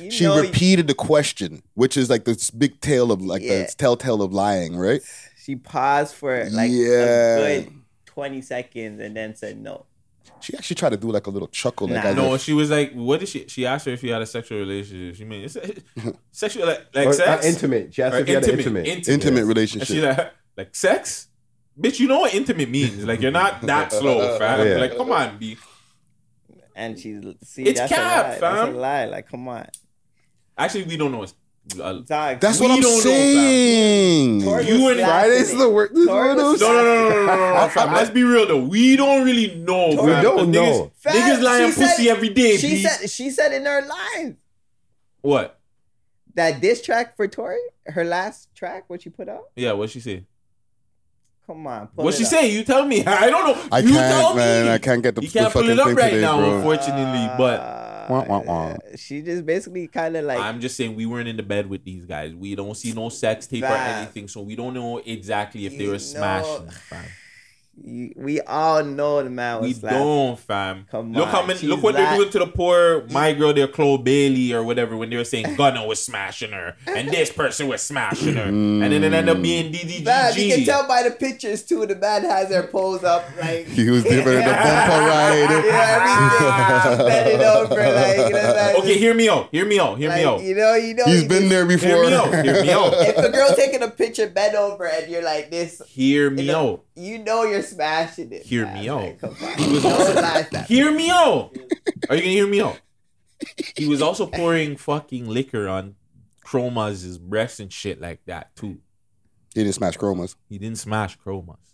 You She know you- repeated the question, which is like this big tale of like Yeah. the telltale of lying, right? She paused for like Yeah. a good twenty seconds and then said no. She actually tried to do like a little chuckle. Like Nah. I No, no, she was like, "What did she?" She asked her if you had a sexual relationship. She mean, [laughs] it's sexual, like, like Or, sex, not intimate. She asked Or if he had an intimate, intimate. intimate And relationship. she like, like sex? Bitch, you know what intimate means. Like you're not [laughs] that slow, fam. Yeah. Like, come on, B. And she see It's that's cap, a lie. That's fam. a lie. Like come on. Actually, we don't know. It's uh, Zach, That's We what I'm don't know, fam. saying. Tori You was and- laughing Friday's it. the worst. This is Tori one of those. was No, no, no, no, no, no, no, no. fam. Let's be real though. We don't really know. We fam. don't The know. Niggas, niggas Fam, lying she said- pussy every day. She B. said she said in her live what? that diss track for Tori, her last track, what she put out. Yeah, what she say? Come on, pull What it she up. say? You tell me. [laughs] I don't know. I you tell can't, man. me. I can't get the, You can't the pull fucking it up thing right today, now, bro. unfortunately. But Wah, wah, wah. Uh, She just basically kind of like I'm just saying we weren't in the bed with these guys. We don't see no sex tape or Fam. anything, so we don't know exactly if they You were know- smashing. Fam. you- we all know the man We was like, don't, fam. Come look how on, many, she's look what they're like- doing to the poor my girl, their Chloe Bailey or whatever, when they were saying Gunna was smashing her and this person was smashing her, and then it ended up being Fam, you can DDGG. tell by the pictures too. The man has her pose up [laughs] like He was giving it a bumper You know ride. everything. [laughs] Bend it over, like you know, like, Okay, hear me out. Hear me out. Hear me like, out. you know, you know. He's you been just- there Hear before. me out. Hear me [laughs] out. If a girl taking a picture, bend over, and you're like this, Hear me You know- out. you know you're smashing it. Hear fam. me Like, out. come on. He was Don't also- lie, fam. Hear me out. Are you gonna hear me out? He was also pouring fucking liquor on Chroma's breasts and shit like that too. [laughs] He didn't smash chromas. He didn't smash Chroma's.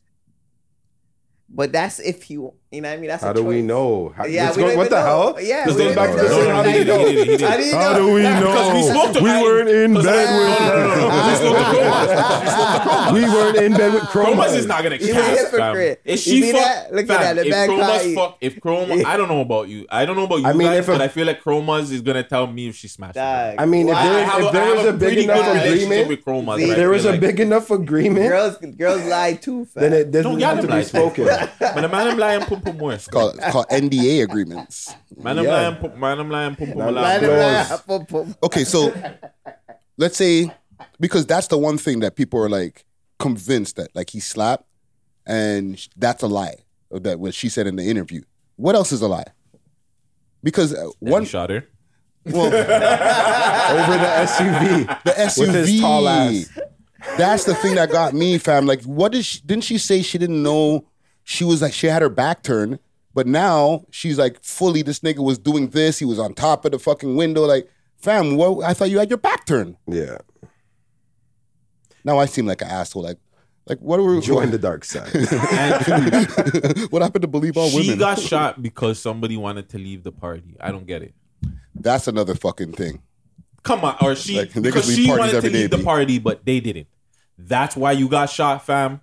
But that's if you, you know what I mean? That's How a do choice. we know? How, Yeah, what's we going- don't what the even know. hell? Yeah, this we goes don't back to even the know. same. How do you No, no, know? he did it, he How did do it. you know? we Because we smoked. We I- weren't in Because- bed with No, no, no, no, no. 'Cause we smoked the Chromas. We smoked the [laughs] Chromas. We weren't in bed with Chromas is Chroma. not gonna He's a cast, fam. hypocrite. If You she see fuck, that? Look at fam, that, the if bad Chroma's guy. fuck, if Chroma, I don't know about you. I don't know about you I mean, guys, if a- but I feel like Chroma's is gonna tell me if she smashed. Dog. I mean, if Why? I there- have if a- I have was a big pretty good enough relationship agreement- with Chroma's, See, but I There feel was a like- big enough agreement. girls, girls lie too. [laughs] Fam. Then it Don't doesn't get have him to be like spoken. [laughs] that. Man, I'm lying, lying, pum pum worse. Called, it's called NDA agreements. Man, I'm Yeah. lying, pum, man, I'm lying, pum pum. lying, lying. Applause. Lie, boom, boom. Okay, so let's say because that's the one thing that people are like convinced that like he slapped, and sh- that's a lie. or That what she said in the interview. What else is a lie? Because uh, One one, shot her. well, over the SUV. the SUV, his tall ass. that's the thing that got me, fam. Like, what did she? Didn't she say she didn't know? She was like she had her back turned, but now she's like fully. This nigga was doing this. He was on top of the fucking window. Like, fam, what? I thought you had your back turned. Yeah, Now I seem like an asshole. Like, like what were join the dark [laughs] side. And [laughs] what happened to believe all she women? got shot because somebody wanted to leave the party. I don't get it. That's another fucking thing. Come on, or she Like, niggas because leave she parties wanted to every day, leave the B. party, but they didn't. That's why you got shot, fam.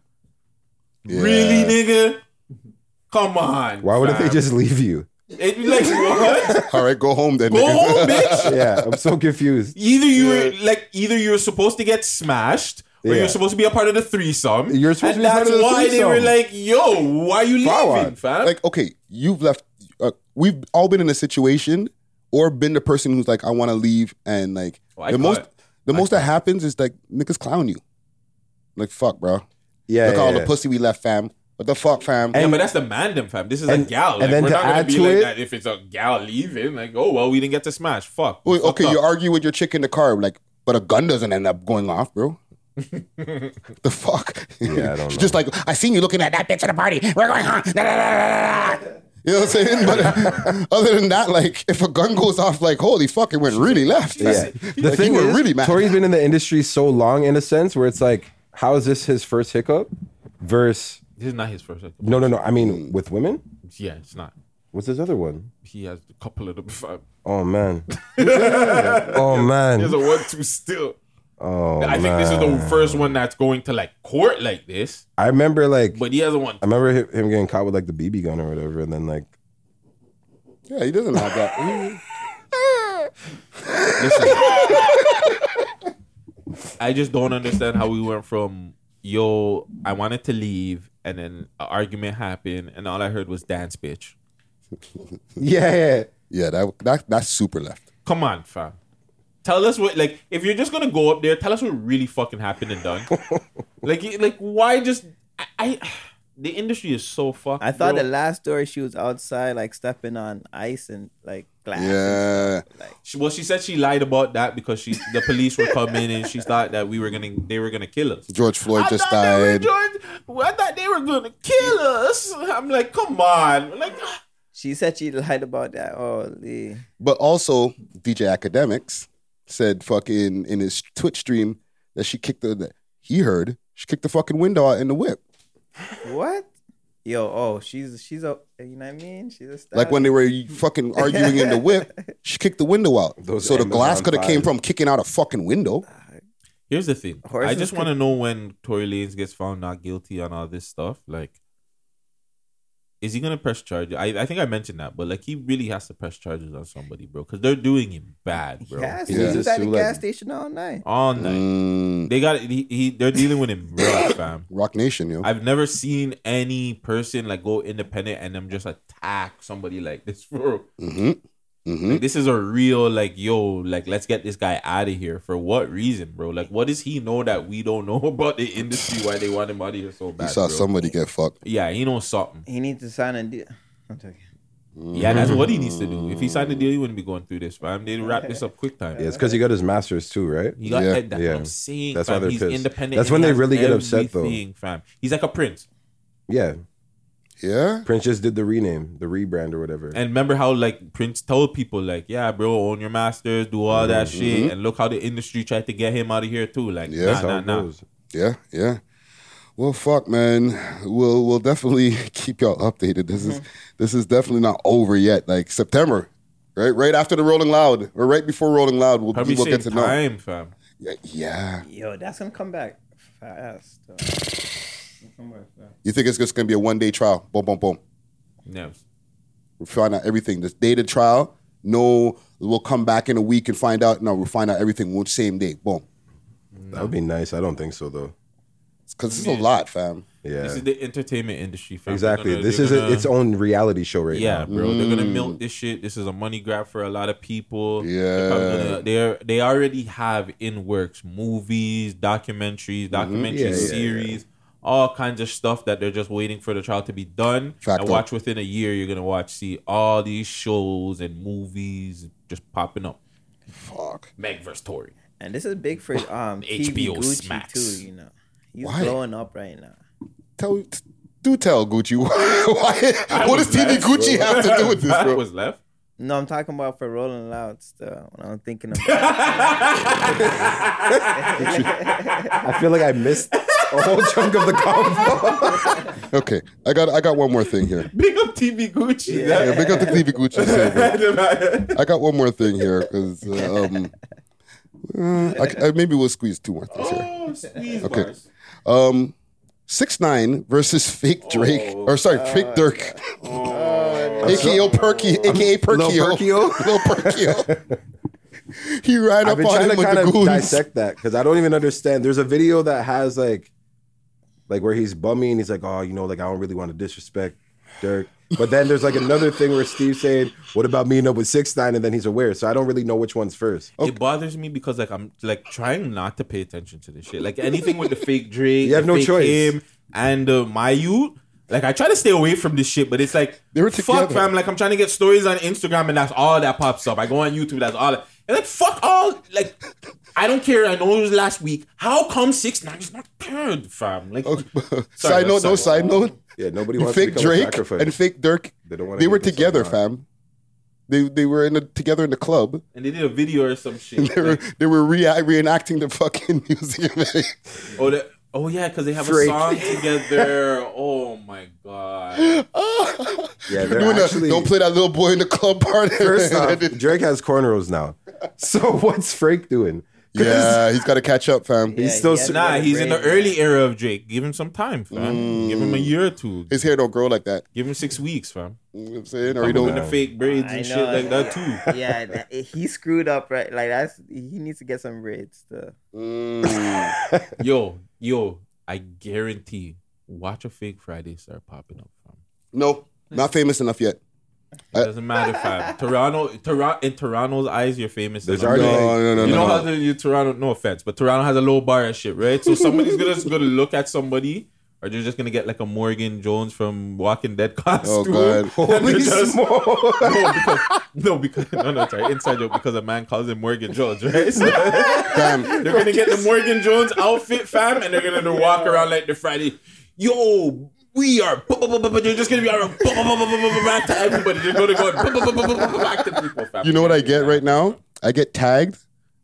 Yeah. Really, nigga? Come on. Why wouldn't they fam. just leave you? It, like [laughs] [laughs] what? All right, go home then. Go nigga. home, [laughs] bitch. Yeah, I'm so [laughs] confused. Either you were like either you were supposed to get smashed. Or Yeah. you're supposed to be a part of the threesome. You're supposed to and be part that's of the why they threesome. were like, yo, why are you leaving, Forward. fam? Like, okay, you've left. Uh, we've all been in a situation or been the person who's like, I want to leave, and like Oh, I the caught most, it. the most that happens is like niggas clown you. Like fuck, bro. Yeah, Look at yeah, all yeah. the pussy we left, fam. What the fuck, fam? yeah, and- but that's the mandem, fam. This is and- a gal. and Like, then we're to not gonna add be to like it- that if it's a gal leaving. Like, oh well, we didn't get to smash. Fuck. Wait, Fucked okay, up. you're arguing with your chick in the car, like, but a gun doesn't end up going [laughs] off, bro. the fuck? Yeah, I don't She's [laughs] Just like I seen you looking at that bitch at a party. We're going home. Da, da, da, da, da, da. You know what I'm saying? But [laughs] other than that, like if a gun goes off, like holy fuck, it went really left. Yeah. [laughs] The Like, thing you were is, really mad. Tori's been in the industry so long, in a sense, where it's like, how is this his first hiccup? Versus, This is not his first. no, no, no. I mean, with women? Yeah, it's not. What's his other one? He has a couple [laughs] of them. Fam. Oh, [laughs] man. oh, man. He has a one, two still. oh, I think this is man. the first one that's going to like court like this. I remember, like, But he has one. I remember hi- him getting caught with, like, the BB gun or whatever, and then, like, [laughs] Yeah, he doesn't have [laughs] that. Listen, [laughs] I just don't understand how we went from yo, I wanted to leave, and then an argument happened, and all I heard was dance, bitch. yeah, yeah. yeah, that, that that's super left. Come on, fam. Tell us what like if you're just gonna go up there, tell us what really fucking happened [laughs] and done. like, you- like why just I, I [sighs] the industry is so fucked. I thought bro. the last story she was outside, like stepping on ice and like glass. Yeah, She- well, she said she lied about that because she the police were coming and she thought that we were gonna they were gonna kill us. George Floyd I just thought They were died. George, well, I thought they were gonna kill us. I'm like, come on, like She said she lied about that. Holy. But also, DJ Academics, said fucking in his Twitch stream that she kicked the that he heard she kicked the fucking window out in the whip. What? Yo, oh, she's she's a you know what I mean? She's a star. Like when they were fucking arguing in the whip, she kicked the window out. Those so the glass Amazon could have came fires. from kicking out a fucking window. Here's the thing. I Horses just could- want to know when Tory Lanez gets found not guilty on all this stuff. Like, is he gonna press charges? I, I think I mentioned that, but like he really has to press charges on somebody, bro, because they're doing him bad, bro. gas, He he's needs inside to, the like- gas station all night. All night. Mm, They got it. He, he they're dealing [coughs] with him rough, fam. Rock Nation, yo. I've never seen any person like go independent and them just attack somebody like this, [laughs] bro. Mm-hmm. hmm hmm Like, this is a real like, yo, like let's get this guy out of here. For what reason, bro? Like, what does he know that we don't know [laughs] about the industry? Why they want him out of here so bad? You saw bro? somebody get fucked. Yeah, he knows something. He needs to sign a deal. I'm joking. Mm-hmm. Yeah, that's what he needs to do. If he signed the deal, he wouldn't be going through this, fam. They wrap this up quick time. Yeah, it's because he got his masters too, right? He got Yeah. that, that's Yeah. what I'm saying. That's why fam. they're He's pissed. independent. That's and when he they has really get upset, though. everything, Fam. He's like a prince. Yeah. Yeah. Prince just did the rename, the rebrand or whatever. And remember how like Prince told people like, yeah, bro, own your masters, do all that Mm-hmm. shit, and look how the industry tried to get him out of here too. Like, Yeah. nah, nah, nah. goes. Yeah, yeah. Well, fuck, man. We'll we'll definitely [laughs] keep y'all updated. This is this is definitely not over yet. Like September, right? Right after the Rolling Loud, or right before Rolling Loud, we'll, Probably we'll same get to know. time, fam. Yeah, yeah. Yo, that's gonna come back fast. though. That's gonna work, though. You think it's just gonna be a one day trial? Boom, boom, boom. Yeah. We'll find out everything. This day to trial. No, we'll come back in a week and find out. No, we'll find out everything one same day. Boom. That would be nice. I don't think so though. Because it's a lot, fam. Yeah. This is the entertainment industry, fam. They're exactly. gonna- this they're is gonna- a, its own reality show right Yeah, Mm. now. bro, they're gonna Mm. milk this shit. This is a money grab for a lot of people. They're probably Yeah. gonna- they're they already have in works movies, Mm-hmm. documentaries, documentary Yeah, yeah, series, all kinds of stuff that they're just waiting for the trial to be done. Facto. And watch within a year, you're gonna watch see all these shows and movies just popping up. Fuck. Meg versus Tory. And this is big for um HBO TV Gucci smacks. too. You know, he's Why? blowing up right now. Tell do tell Gucci [laughs] why, what does TV Gucci have to do with this, [laughs] That bro? was left. No, I'm talking about for Rolling Loud stuff. When I'm [laughs] thinking about I feel like I missed a whole chunk of the [laughs] convo. Okay, I got I got one more thing here. Big up TV Gucci. Yeah, big up the TV Gucci. segment. [laughs] [laughs] I got one more thing here because um, uh, I, I- maybe we'll squeeze two more things here. Oh, squeeze Okay. bars. Um, six nine versus fake Drake Oh, or sorry, fake Dirk, aka Perky, aka Perkyo, Lil Perkyo? [laughs] Lil Perkyo. he ran I've up been on trying to him with kind the of goons. dissect that because I don't even understand. There's a video that has like, like where he's bummy and he's like, oh, you know, like I don't really want to disrespect Dirk. But then there's like another thing where Steve's saying, what about meeting up with Six Nine? And then he's aware. So I don't really know which one's first. It bothers me because like I'm like trying not to pay attention to this shit. Like anything [laughs] with the fake Drake, You have the no fake choice. Him and uh, my youth. Like I try to stay away from this shit, but it's like They were fuck, together. fam. Like I'm trying to get stories on Instagram, and that's all that pops up. I go on YouTube, that's all. That, and like fuck all. Like I don't care. I know it was last week. How come six nine is not third, fam? Like [laughs] side note, no side note. Yeah, nobody wants to fake become a Drake sacrifice. and fake Dirk. They, They don't wanna were get this together, on the line. fam. They they were in the, together in the club. And they did a video or some shit. They were Like, they were re- reenacting the fucking [laughs] [laughs] music. video. oh, they- oh yeah, because they have Drake. a song [laughs] together. oh my god. [laughs] Yeah, they're Doing the, actually- don't play that little boy in the club part. [laughs] [laughs] First off, Drake has cornrows now. So what's Drake doing? 'Cause [laughs] yeah, he's got to catch up, fam. Yeah, He's still had s- to Nah, get a he's in the break. early era of Drake. Give him some time, fam. Give Mm. him a year or two. His hair don't grow like that. Give him six weeks, fam. You know what I'm saying, or He he doing don't. the fake braids I and shit know, like that yeah. too. [laughs] yeah, that- eh, he screwed up right. Like that's he needs to get some braids. Though. Mm. Yo, yo, I guarantee. Watch a fake Friday start popping up, fam. no, not famous enough yet. It doesn't matter, fam. Toronto, Toronto, in Toronto's eyes, you're famous. There's enough. already- No, no, no, you know no. how no. the you, Toronto, no offense, but Toronto has a low bar and shit, right? So somebody's gonna just gonna look at somebody, or they're just gonna get like a Morgan Jones from Walking Dead [laughs] costume. Oh, God. and [laughs] Holy they're just- smoke. [laughs] no, because no, because no, no, sorry, inside joke because a man calls him Morgan Jones, right? [laughs] So Damn. they're gonna get the Morgan Jones outfit, fam, and they're gonna walk around like the Friday, yo. We are, bu- bu- bu- bu- bu- they're just gonna be around bu- bu- bu- bu- bu- bu- bu- back to everybody. They're gonna go bu- bu- bu- bu- bu- bu- back to people, fam. You know what I get right now? I get tagged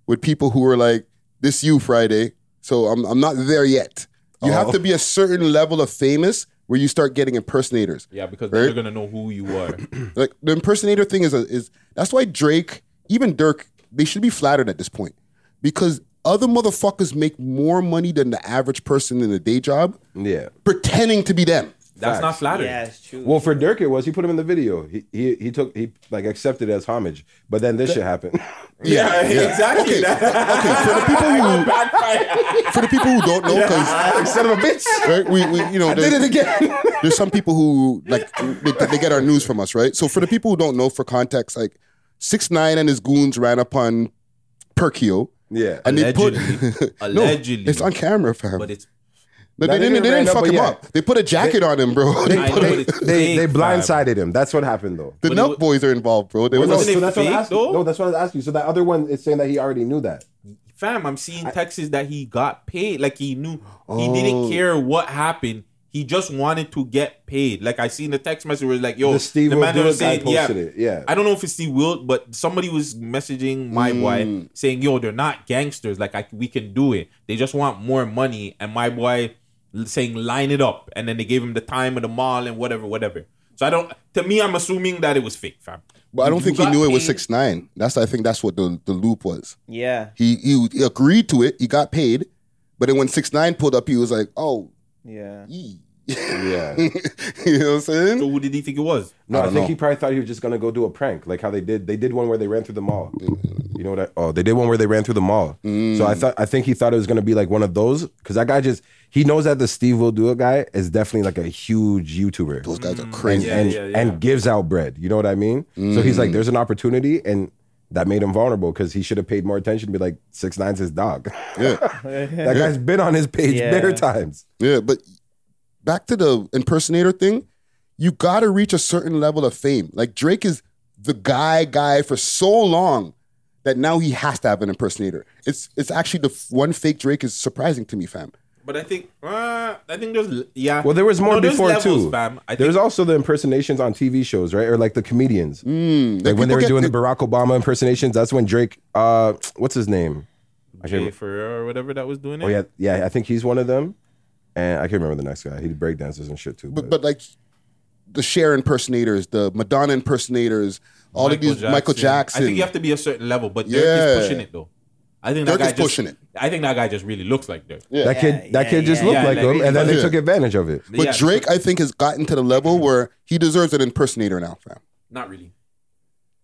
with people who are like, this you Friday, so I'm, I'm not there yet. You have to be a certain level of famous where you start getting impersonators. Yeah, because Right? they're gonna know who you are. Like the impersonator thing is a, is that's why Drake, even Dirk, they should be flattered at this point because other motherfuckers make more money than the average person in a day job Yeah. pretending to be them. That's not flattering. Yeah, it's true. Well, for Dirk, it was. He put him in the video. He he, he took he like accepted it as homage. But then this shit [laughs] happened. Yeah, exactly. [laughs] Okay, okay. For the people who for the people who don't know, because [laughs] son of a bitch, right? We, we you know, did it [laughs] again. there's some people who like they, they get our news from us, right? So for the people who don't know, for context, like six nine and his goons ran upon Perkio. yeah. And they Allegedly. put Allegedly. [laughs] No, it's on camera, fam. But it's No, they, Nah, they didn't. They didn't didn't ran up, fuck but him yeah. up. They put a jacket on him, bro. [laughs] They I put know, a- but it's They they fake, fam. blindsided him. That's what happened though. the but it Nelk was- boys are involved, bro. They No, was Wasn't so it that's what I'm fake, asking. though? No, that's what I was asking. So that other one is saying that he already knew that. fam, I'm seeing texts that he got paid. Like he knew he Oh. didn't care what happened. He just wanted to get paid. Like I seen the text message where it's like, yo, The Steve the Will man that Dillon was guy saying, yeah, posted it, yeah. Mm. I don't know if it's Steve Will, but somebody was messaging my boy saying, yo, they're not gangsters. Like I, we can do it. They just want more money. And my boy saying, line it up. And then they gave him the time of the mall and whatever, whatever. So I don't. To me, I'm assuming that it was fake, fam. But I don't You think he got knew it was paid. six nine. That's I think that's what the the loop was. yeah, He he, he agreed to it. He got paid, but then when six nine pulled up, he was like, "Oh, [laughs] yeah. yee. Yeah. you know what I'm So saying?" who did he think it was? No, I, don't think know. he probably thought he was just gonna go do a prank, like how they did. They did one where they ran through the mall. You know what? I, oh, they did one where they ran through the mall. So I thought, I think he thought it was gonna be like one of those because that guy just he knows that the Steve Will Do It guy is definitely like a huge YouTuber Those guys are and crazy. and, Mm, yeah, yeah. and gives out bread. You know what I mean? So he's like, there's an opportunity, and that made him vulnerable because he should have paid more attention. Be like, six nines his dog. [laughs] that guy's been on his page Yeah. bare times. Yeah, but back to the impersonator thing, you gotta reach a certain level of fame. Like Drake is the guy guy for so long that now he has to have an impersonator. It's it's actually the f- one fake Drake is surprising to me, fam. But I think, uh, I think there's, yeah. Well, there was more No, there's before levels, too. Fam. I think There's also the impersonations on TV shows, right? Or like the comedians. Like when Mm, they people were get- doing the Barack Obama impersonations, that's when Drake, uh, what's his name? I Jay can't, Ferrer or whatever that was doing it. oh yeah, yeah, I think he's one of them, and I can't remember the next guy. He did breakdancers and shit too. But, But but like the Cher impersonators, the Madonna impersonators, all of these Michael Jackson. I think you have to be a certain level, but Dirk Yeah. is pushing it though. I think Dirk that guy is just, pushing it. I think that guy just really looks like Dirk. Yeah. that kid, that yeah, kid just yeah, looked yeah, like like, him, and then they yeah. took advantage of it. but Yeah, Drake, I think, has gotten to the level where he deserves an impersonator now, fam. not really.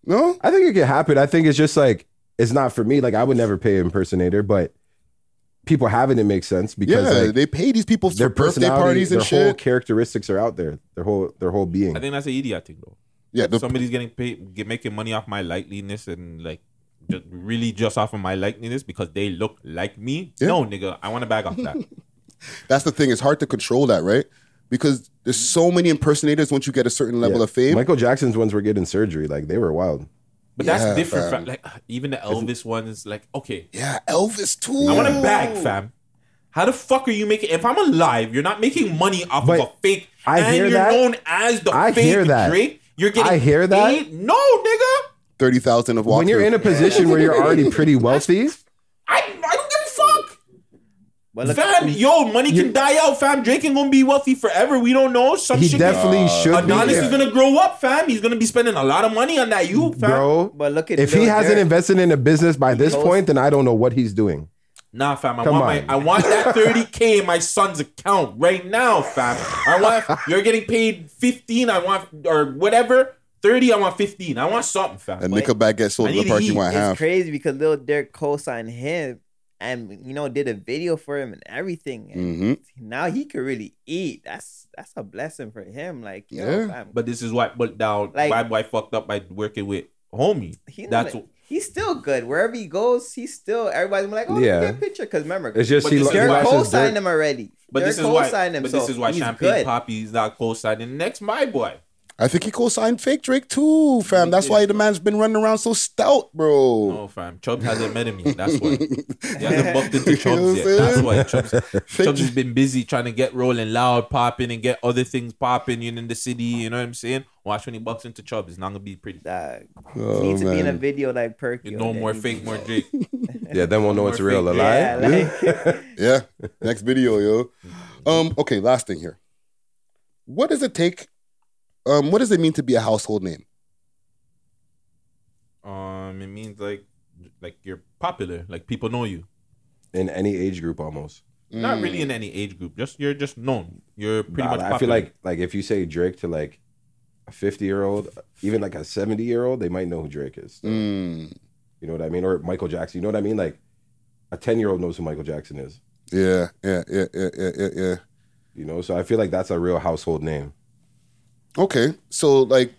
No? I think it could happen. I think it's just like it's not for me. Like I would never pay an impersonator, but people having it makes sense Yeah, because like, they pay these people their for birthday personality, parties and their whole shit. characteristics are out there. Their whole their whole being. I think that's an idiot thing though. yeah, the, Somebody's getting paid, get, making money off my likeliness and like. Just really just off of my likeliness because they look like me. No, nigga, I want to bag off that. that's the thing. It's hard to control that, right? Because there's so many impersonators once you get a certain level Yeah. of fame. Michael Jackson's ones were getting surgery. Like they were wild. But Yeah, that's different. Fam. fam. Like even the Elvis one is like okay, yeah, Elvis too. I want to bag, fam. How the fuck are you making? If I'm alive, you're not making money off But of a fake. I and hear you're that. known as the I fake hear that. Drake. You're getting. I hear that. paid? No, nigga. Thirty thousand of walkthrough. When you're in a position where you're already pretty I, wealthy, I don't give But a fuck, look, fam. Yo, money can die out, fam. Drake ain't gonna be wealthy forever. We don't know. Some he shit. definitely should can, Adonis be. is gonna grow up, fam. He's gonna be spending a lot of money on that you, fam. Bro, but look at if he Lil hasn't Durk. invested in a business by this goes- point, then I don't know what he's doing. Nah, fam. I Come want on. my I want that 30k in my son's account right now, fam. I want you're getting paid 15. I want or whatever 30. I want 15. I want something, a fam. Nickelback gets sold I in the need to parking eat. lot it's half. crazy because Lil Durk co-signed him, and you know did a video for him and everything. And hmm Now he could really eat. That's that's a blessing for him. Like yo, Yeah. fam, But this is what but down. Like- my boy fucked up by working with homie. he That's that's he's still good wherever he goes. He's still everybody's like, oh, Yeah. yeah, good picture. Because remember, It's just But he this lo- is why- Derek watches Cole Dirk- signed him already. but Dirk this is Cole why. signed him, but so this is why he's Champagne good. Poppy's not co-signing next my boy. I think he co-signed fake Drake too, fam. That's why the man's been running around so stout, bro. No, Oh, fam. Chubbs hasn't met him yet. That's why. He [laughs] hasn't bumped into know Chubbs what I'm yet. That's saying? why. [laughs] Chubbs, Chubbs has been busy trying to get Rolling Loud popping and get other things popping in, in the city. You know what I'm saying? Watch when he bucks into Chubbs. It's not going to be pretty. Dog. he needs to be in a video like Perky. No on more that. fake, more [laughs] Drake. Yeah, then we'll know it's real. A lie. Yeah, like, Hmm? [laughs] Yeah. Next video, yo. Um, okay, last thing here. What does it take? Um, what does it mean to be a household name? Um, It means like like you're popular. Like people know you. in any age group almost. Not really in any age group. Just You're just known. You're pretty Mm. Nah, much I feel popular. like like if you say Drake to like a fifty year old, even like a seventy year old, they might know who Drake is. Mm, You know what I mean? Or Michael Jackson. You know what I mean? Like a ten year old knows who Michael Jackson is. yeah, yeah, yeah, yeah, yeah, yeah, yeah. You know, so I feel like that's a real household name. Okay, so like,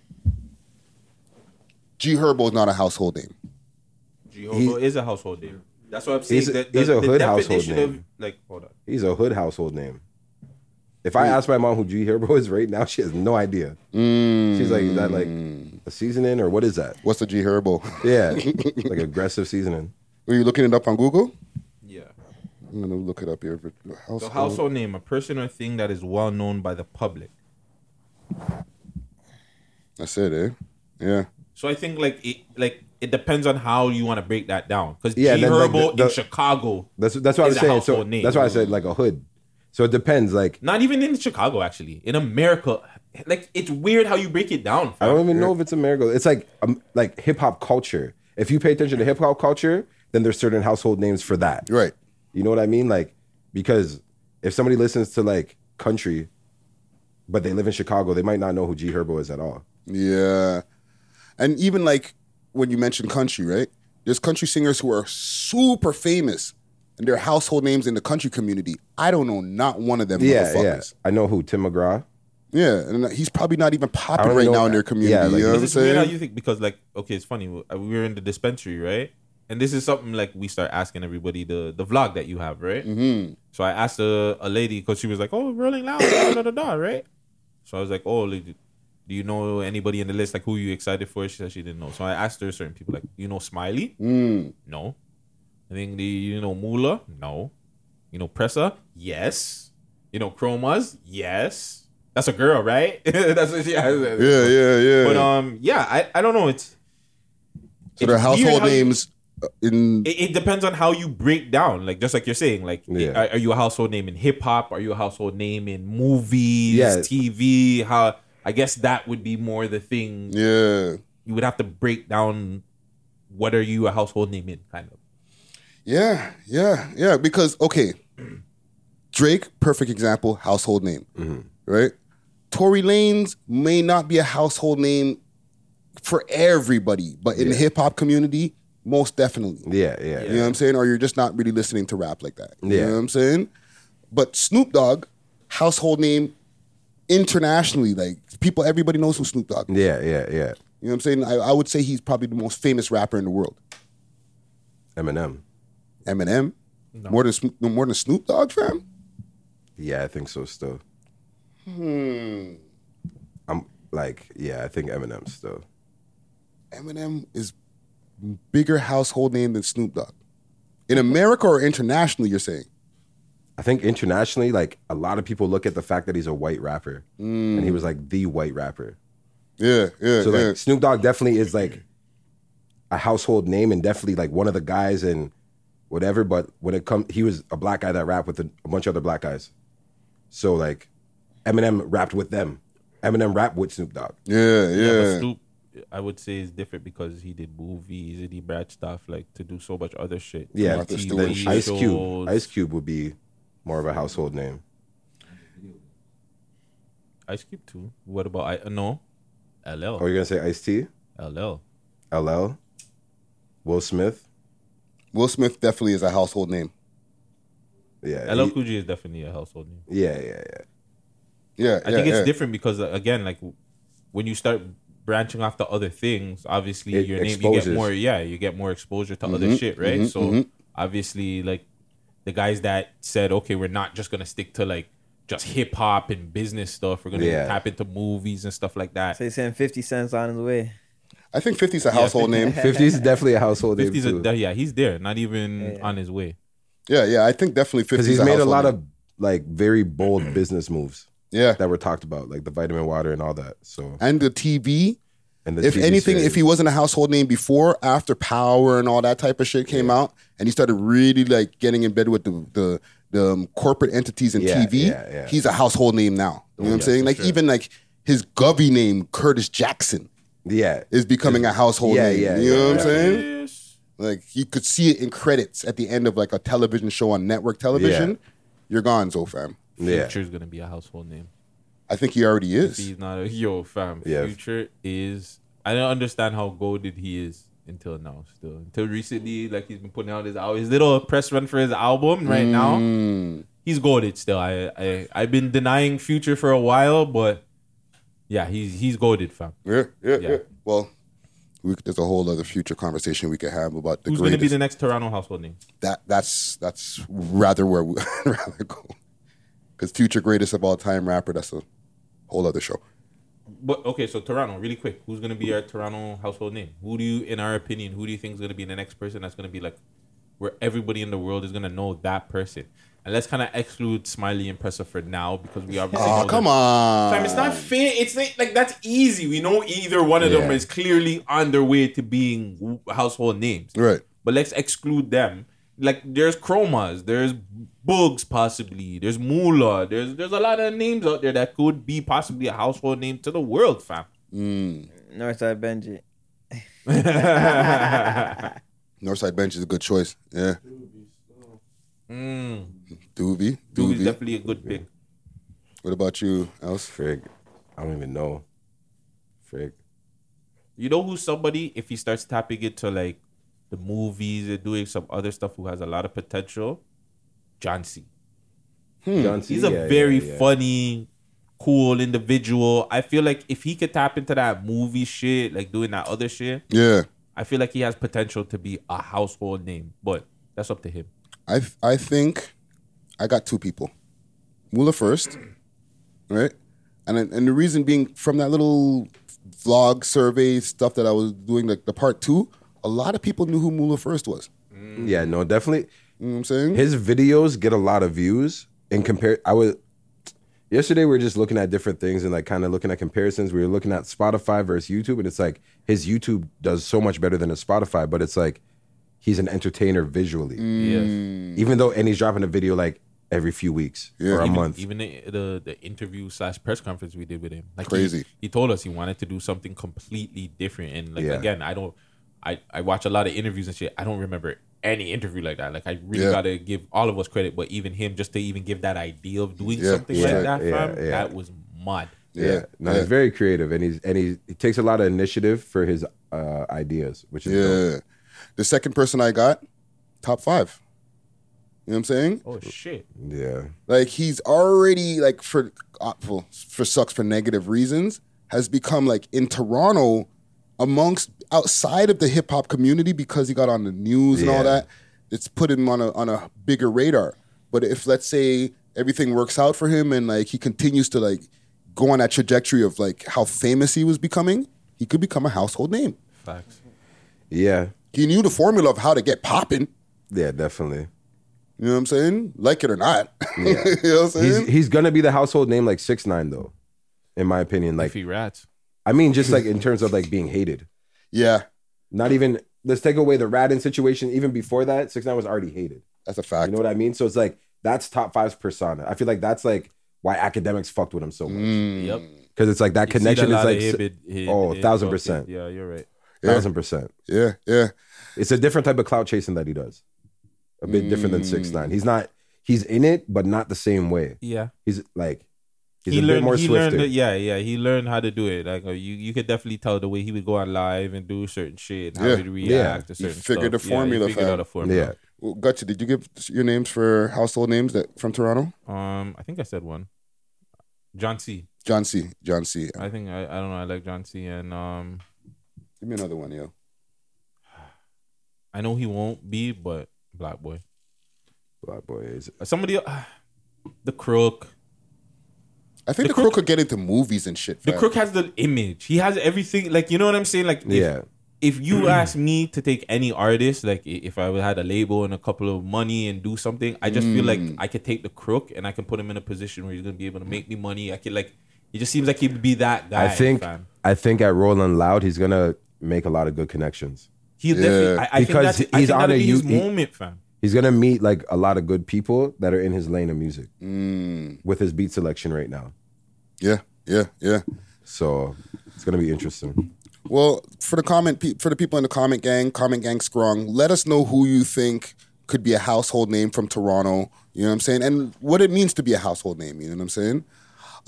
G Herbo is not a household name. Jehovah is a household name. That's what I'm saying. He's a- he's a hood household definition of- name. Like, hold on. He's a hood household name. If I ask my mom who G Herbo is right now, [laughs] she has no idea. She's like, is that like a seasoning or what is that? Mm. What's a G Herbo? Yeah, like aggressive seasoning. Were you looking it up on Google? Yeah. I'm gonna look it up here. but So Household. household name, a person or thing that is well known by the public. That's it, eh? Yeah. So I think like it like it depends on how you want to break that down. Because Yeah, G then, like, Herbo the- in the- Chicago, That's that's what It's a I was saying. So household name. that's why I said like a hood. So it depends. Like not even in Chicago actually, in America, like it's weird how you break it down. I fam. don't even know if it's a miracle. It's like um, like hip hop culture. If you pay attention to hip hop culture, then there's certain household names for that. You're right. You know what I mean? Like because if somebody listens to like country, but they live in Chicago, they might not know who G Herbo is at all. Yeah. And even like when you mentioned country, right? There's country singers who are super famous and they're household names in the country community. I don't know not one of them Yeah, yeah. motherfuckers. I know who Tim McGraw. Yeah. And he's probably not even I popping don't right know now in that. their community. Yeah, like- you know what I'm Because it's weird how saying? you think because like okay, it's funny. We we were in the dispensary, right? And this is something like we start asking everybody the the vlog that you have, right? Hmm, Mm-hmm. So I asked a, a lady because she was like, "Oh, Rolling Loud, da, da, da, da," right?" So I was like, "Oh, like, do you know anybody in the list? Like, who you excited for?" She said she didn't know. So I asked her certain people, like, "You know Smiley? hmm. No. I think the you know Mula? No. You know Pressa? Yes. You know Chromas? Yes. That's a girl, right? [laughs] That's what she has. Yeah, yeah, yeah. But um, yeah, I, I don't know. It's so it's their weird household how you- names uh, in it, it depends on how you break down. Like just like you're saying, like Yeah. are, are you a household name in hip hop? Are you a household name in movies, Yeah. TV? How I guess that would be more the thing. yeah. You would have to break down what are you a household name in, kind of. Yeah, yeah, yeah. Because okay, Drake, perfect example, household name, right? Tory Lanez may not be a household name for everybody, but in the hip hop community, most definitely. Yeah, yeah. You know what I'm saying? Or you're just not really listening to rap like that. You Yeah. know what I'm saying? But Snoop Dogg, household name internationally, like people, everybody knows who Snoop Dogg. is. Yeah, yeah, yeah. You know what I'm saying? I, I would say he's probably the most famous rapper in the world. Eminem. Eminem, more than Snoop- more than Snoop Dogg, fam. Yeah, I think so still. Hmm. I'm like, yeah, I think Eminem still. Eminem is bigger household name than Snoop Dogg. In America or internationally, you're saying? I think internationally, like a lot of people look at the fact that he's a white rapper, and he was like the white rapper. Yeah, yeah, So yeah. like Snoop Dogg definitely is like a household name and definitely like one of the guys and whatever. But when it comes, he was a black guy that rapped with a, a bunch of other black guys. So like Eminem rapped with them. Eminem rapped with Snoop Dogg. yeah, yeah. But Snoop, I would say is different because he did movies, he did bad stuff, like to do so much other shit. Yeah, Martha then Stewart shit. Ice Cube. shows. Ice Cube would be more of a household name. Ice Cube too. What about I? No, LL, Oh, you're gonna say Ice T, LL. LL, Will Smith. Will Smith definitely is a household name. Yeah, LL he- Cool J is definitely a household name. yeah, yeah, yeah. Yeah, I yeah, think it's yeah. different because uh, again, like w- when you start branching off to other things, obviously It your name you exposes. Mm-hmm, get more yeah, you get more exposure to other shit, right? so obviously like the guys that said, Okay, we're not just gonna stick to like just hip hop and business stuff. We're gonna Yeah. tap into movies and stuff like that. So he's saying 50 cents on his way. I think 50's a household name. 50 is definitely a household name. Fifties, Because yeah, he's there, not even on his way. Yeah, yeah. I think [laughs] definitely 50's he's a made a household lot name. of like very bold business moves Yeah. that were talked about, like the vitamin water and all that. So, And the TV. and the If TV anything, series. if he wasn't a household name before, after Power and all that type of shit came out, and he started really like getting in bed with the the, the um, corporate entities and Yeah, TV, yeah, yeah. he's a household name now. You know what I'm saying? Like even like his Govy name, Curtis Jackson, yeah, is becoming a household Yeah, name. yeah, you know yeah, what I'm yeah. saying? Yes. Like you could see it in credits at the end of like a television show on network television. Yeah. You're gone, Zofam. yeah, Future's gonna be a household name. I think he already is. He's not a [laughs] yo fam. Yeah. Future is. I don't understand how goaded he is until now. Still, until recently, like he's been putting out his al- his little press run for his album right now. He's goaded still. I I I've been denying Future for a while, but yeah, he's he's goaded fam. Yeah, yeah, Yeah. yeah. Well, we, there's a whole other future conversation we could have about the Who's greatest. gonna be the next Toronto household name? that that's that's rather where we [laughs] I'd rather go. Because future greatest of all time rapper, that's a whole other show. But okay, so Toronto, really quick, who's gonna be our Toronto household name? Who do you, in our opinion, who do you think is gonna be the next person that's gonna be like, where everybody in the world is gonna know that person? And let's kind of exclude Smiley and Presser for now because we obviously. Oh, know come that- on. Fam, it's not fair. It's like, like that's easy. We know either one of them Yeah. is clearly on their way to being w- household names. Right. But let's exclude them. Like there's Chromas, there's Bugs possibly, there's Mula, there's there's a lot of names out there that could be possibly a household name to the world, fam. Mm. Northside Benji. Northside Bench is a good choice. Yeah. Mm. Doobie. Doobie's Doobie. definitely a good pick. What about you, else? frig. I don't even know. Frig. You know who's somebody if he starts tapping into like the movies and doing some other stuff who has a lot of potential? John C. John Hmm. C. He's yeah, a very yeah, yeah. funny, cool individual. I feel like if he could tap into that movie shit, like doing that other shit, Yeah. I feel like he has potential to be a household name. But that's up to him. I I think I got two people. Mula first, right? And and the reason being from that little vlog survey stuff that I was doing, like the part two, a lot of people knew who Mula first was. Yeah, no, definitely. You know what I'm saying? His videos get a lot of views and compare. I was yesterday. We were just looking at different things and like kind of looking at comparisons. We were looking at Spotify versus YouTube, and it's like his YouTube does so much better than his Spotify. But it's like he's an entertainer visually, Mm. Yes. even though and he's dropping a video like every few weeks or a even, month. Even the, the the interview slash press conference we did with him, like he- Crazy. He, told us he wanted to do something completely different, and like Yeah. again, I don't, I I watch a lot of interviews and shit. I don't remember any interview like that. Like I really Yeah. gotta give all of us credit, but even him just to even give that idea of doing Yeah. something Yeah. like that, Yeah. fam, Yeah. that was mud. yeah, no, Yeah. he's very creative and he's and he, he takes a lot of initiative for his uh, ideas, which is dope. Yeah. The second person I got, top five. You know what I'm saying? Oh shit! yeah. Like he's already like for uh, for, for sucks for negative reasons has become like in Toronto amongst outside of the hip hop community because he got on the news and all Yeah. that. It's put him on a on a bigger radar. But if let's say everything works out for him and like he continues to like go on that trajectory of like how famous he was becoming, he could become a household name. Facts. Yeah. He knew the formula of how to get popping. Yeah, definitely. You know what I'm saying? Like it or not. [laughs] you know what I'm saying? He's he's gonna be the household name like six nine though, in my opinion. Like If he rats, I mean, just like in terms of like being hated. yeah, Not even let's take away the Radin situation. Even before that, six nine was already hated. that's a fact. You know what I mean? So it's like that's top five's persona. I feel like that's like why academics fucked with him so much Mm. yep. because it's like that You see connection that lot is like of s- Ibid- Ibid- oh, Ibid- 1000%. Yeah, you're right. thousand percent. yeah, yeah. It's a different type of clout chasing that he does. A bit different than six nine. He's not. He's in it, but not the same way. Yeah. He's like he's he a learned, bit more he swifter. learned E that- yeah, yeah. He learned how to do it. Like uh, you, you could definitely tell the way he would go on live and do certain shit, and how Yeah, he'd react yeah. to He certain figured stuff. the Yeah, he formula, figured fam. out a yeah. formula. Well, gotcha. Did you give your names for household names that from Toronto? Um, I think I said one. John C. John C. John C. I think I, I don't know. I like John C. And um, Give me another one, yo. I know he won't be, but Black Boy. Black boy is [sighs] Somebody, the crook. I think the, crook, could get into movies and shit. The fam. crook has the image. He has everything. Like you know what I'm saying. Like if, Yeah. If you [clears throat] ask me to take any artist, like i- if I had a label and a couple of money and do something, I just feel like Mm. I could take the crook and I can put him in a position where he's gonna be able to make me money. I could like. It just seems like he'd be that guy. I think fam. I think at Rolling Loud he's gonna make a lot of good connections. he definitely. I, I Because think that's, he's he's I think on that'll a be his you- he- moment, fam. He's gonna meet like a lot of good people that are in his lane of music with his beat selection right now. Yeah, yeah, yeah. So it's gonna be interesting. Well, for the comment pe- for the people in the comment gang, comment gang strong. Let us know who you think could be a household name from Toronto. You know what I'm saying, and what it means to be a household name. You know what I'm saying.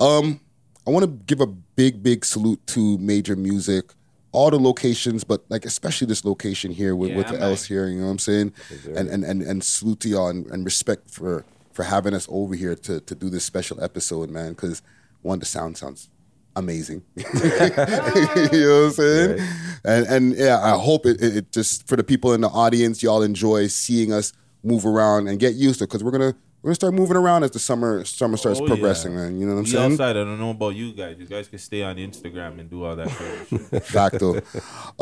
Um, I want to give a big, big salute to Major Music, all the locations, but like especially this location here with, with the Else here. You know what I'm saying, and and and and salute to y'all and, and respect for for having us over here to to do this special episode, man. Because one, the sound sounds amazing. [laughs] you know what I'm saying? And and yeah, I hope it, it, it just for the people in the audience, y'all enjoy seeing us move around and get used to because we're gonna we're gonna start moving around as the summer summer starts Oh, yeah. progressing, man. You know what I'm We saying? outside. I don't know about you guys. You guys can stay on Instagram and do all that. kind [laughs] of shit. Facto.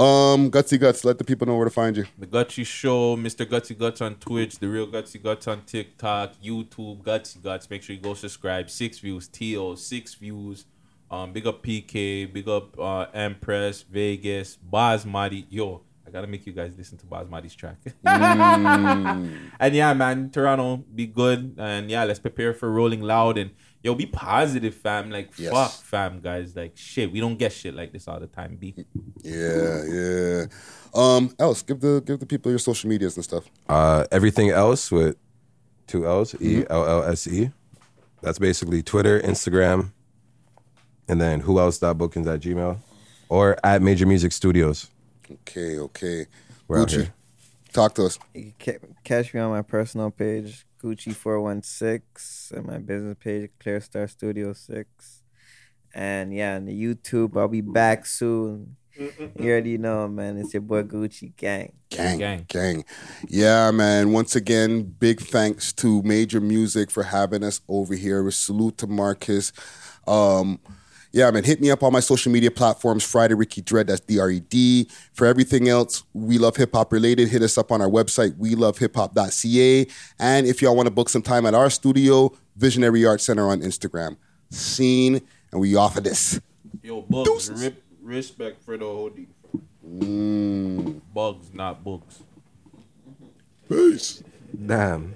um, gutsy guts. Let the people know where to find you. The Gutsy Show, Mr. Gutsy Guts on Twitch, The Real Gutsy Guts on TikTok, YouTube, Gutsy Guts. Make sure you go subscribe. Six views, TO, six views. Um, big up PK, big up uh, Empress, Vegas, Basmati. Yo, I gotta make you guys listen to Basmati's track. [laughs] And yeah, man, Toronto, be good. And yeah, let's prepare for Rolling Loud. And yo, be positive, fam. Like, Yes. fuck, fam, guys. Like, shit, we don't get shit like this all the time. Be Yeah, yeah. Um, else give the give the people your social medias and stuff. Uh, everything else with two L's, E L L S E. That's basically Twitter, Instagram, and then who else dot bookings at Gmail or at Major Music Studios. Okay, okay. We're out Gucci, here. talk to us. You can ca- catch me on my personal page, Gucci416, and my business page, Clear Star Studio 6. And yeah, on the YouTube, I'll be back soon. You already know, man. It's your boy Gucci Gang. Gang, gang, Gang. Yeah, man. Once again, big thanks to Major Music for having us over here. A salute to Marcus. Um, yeah, man. Hit me up on my social media platforms. Friday Ricky Dread. That's D R E D. For everything else, we love hip hop related. Hit us up on our website, we love hip hop.ca. And if y'all want to book some time at our studio, Visionary Art Center on Instagram. Scene, and we offer this. Yo, Bugs, rip, respect for the OD. Bugs, not books. Damn.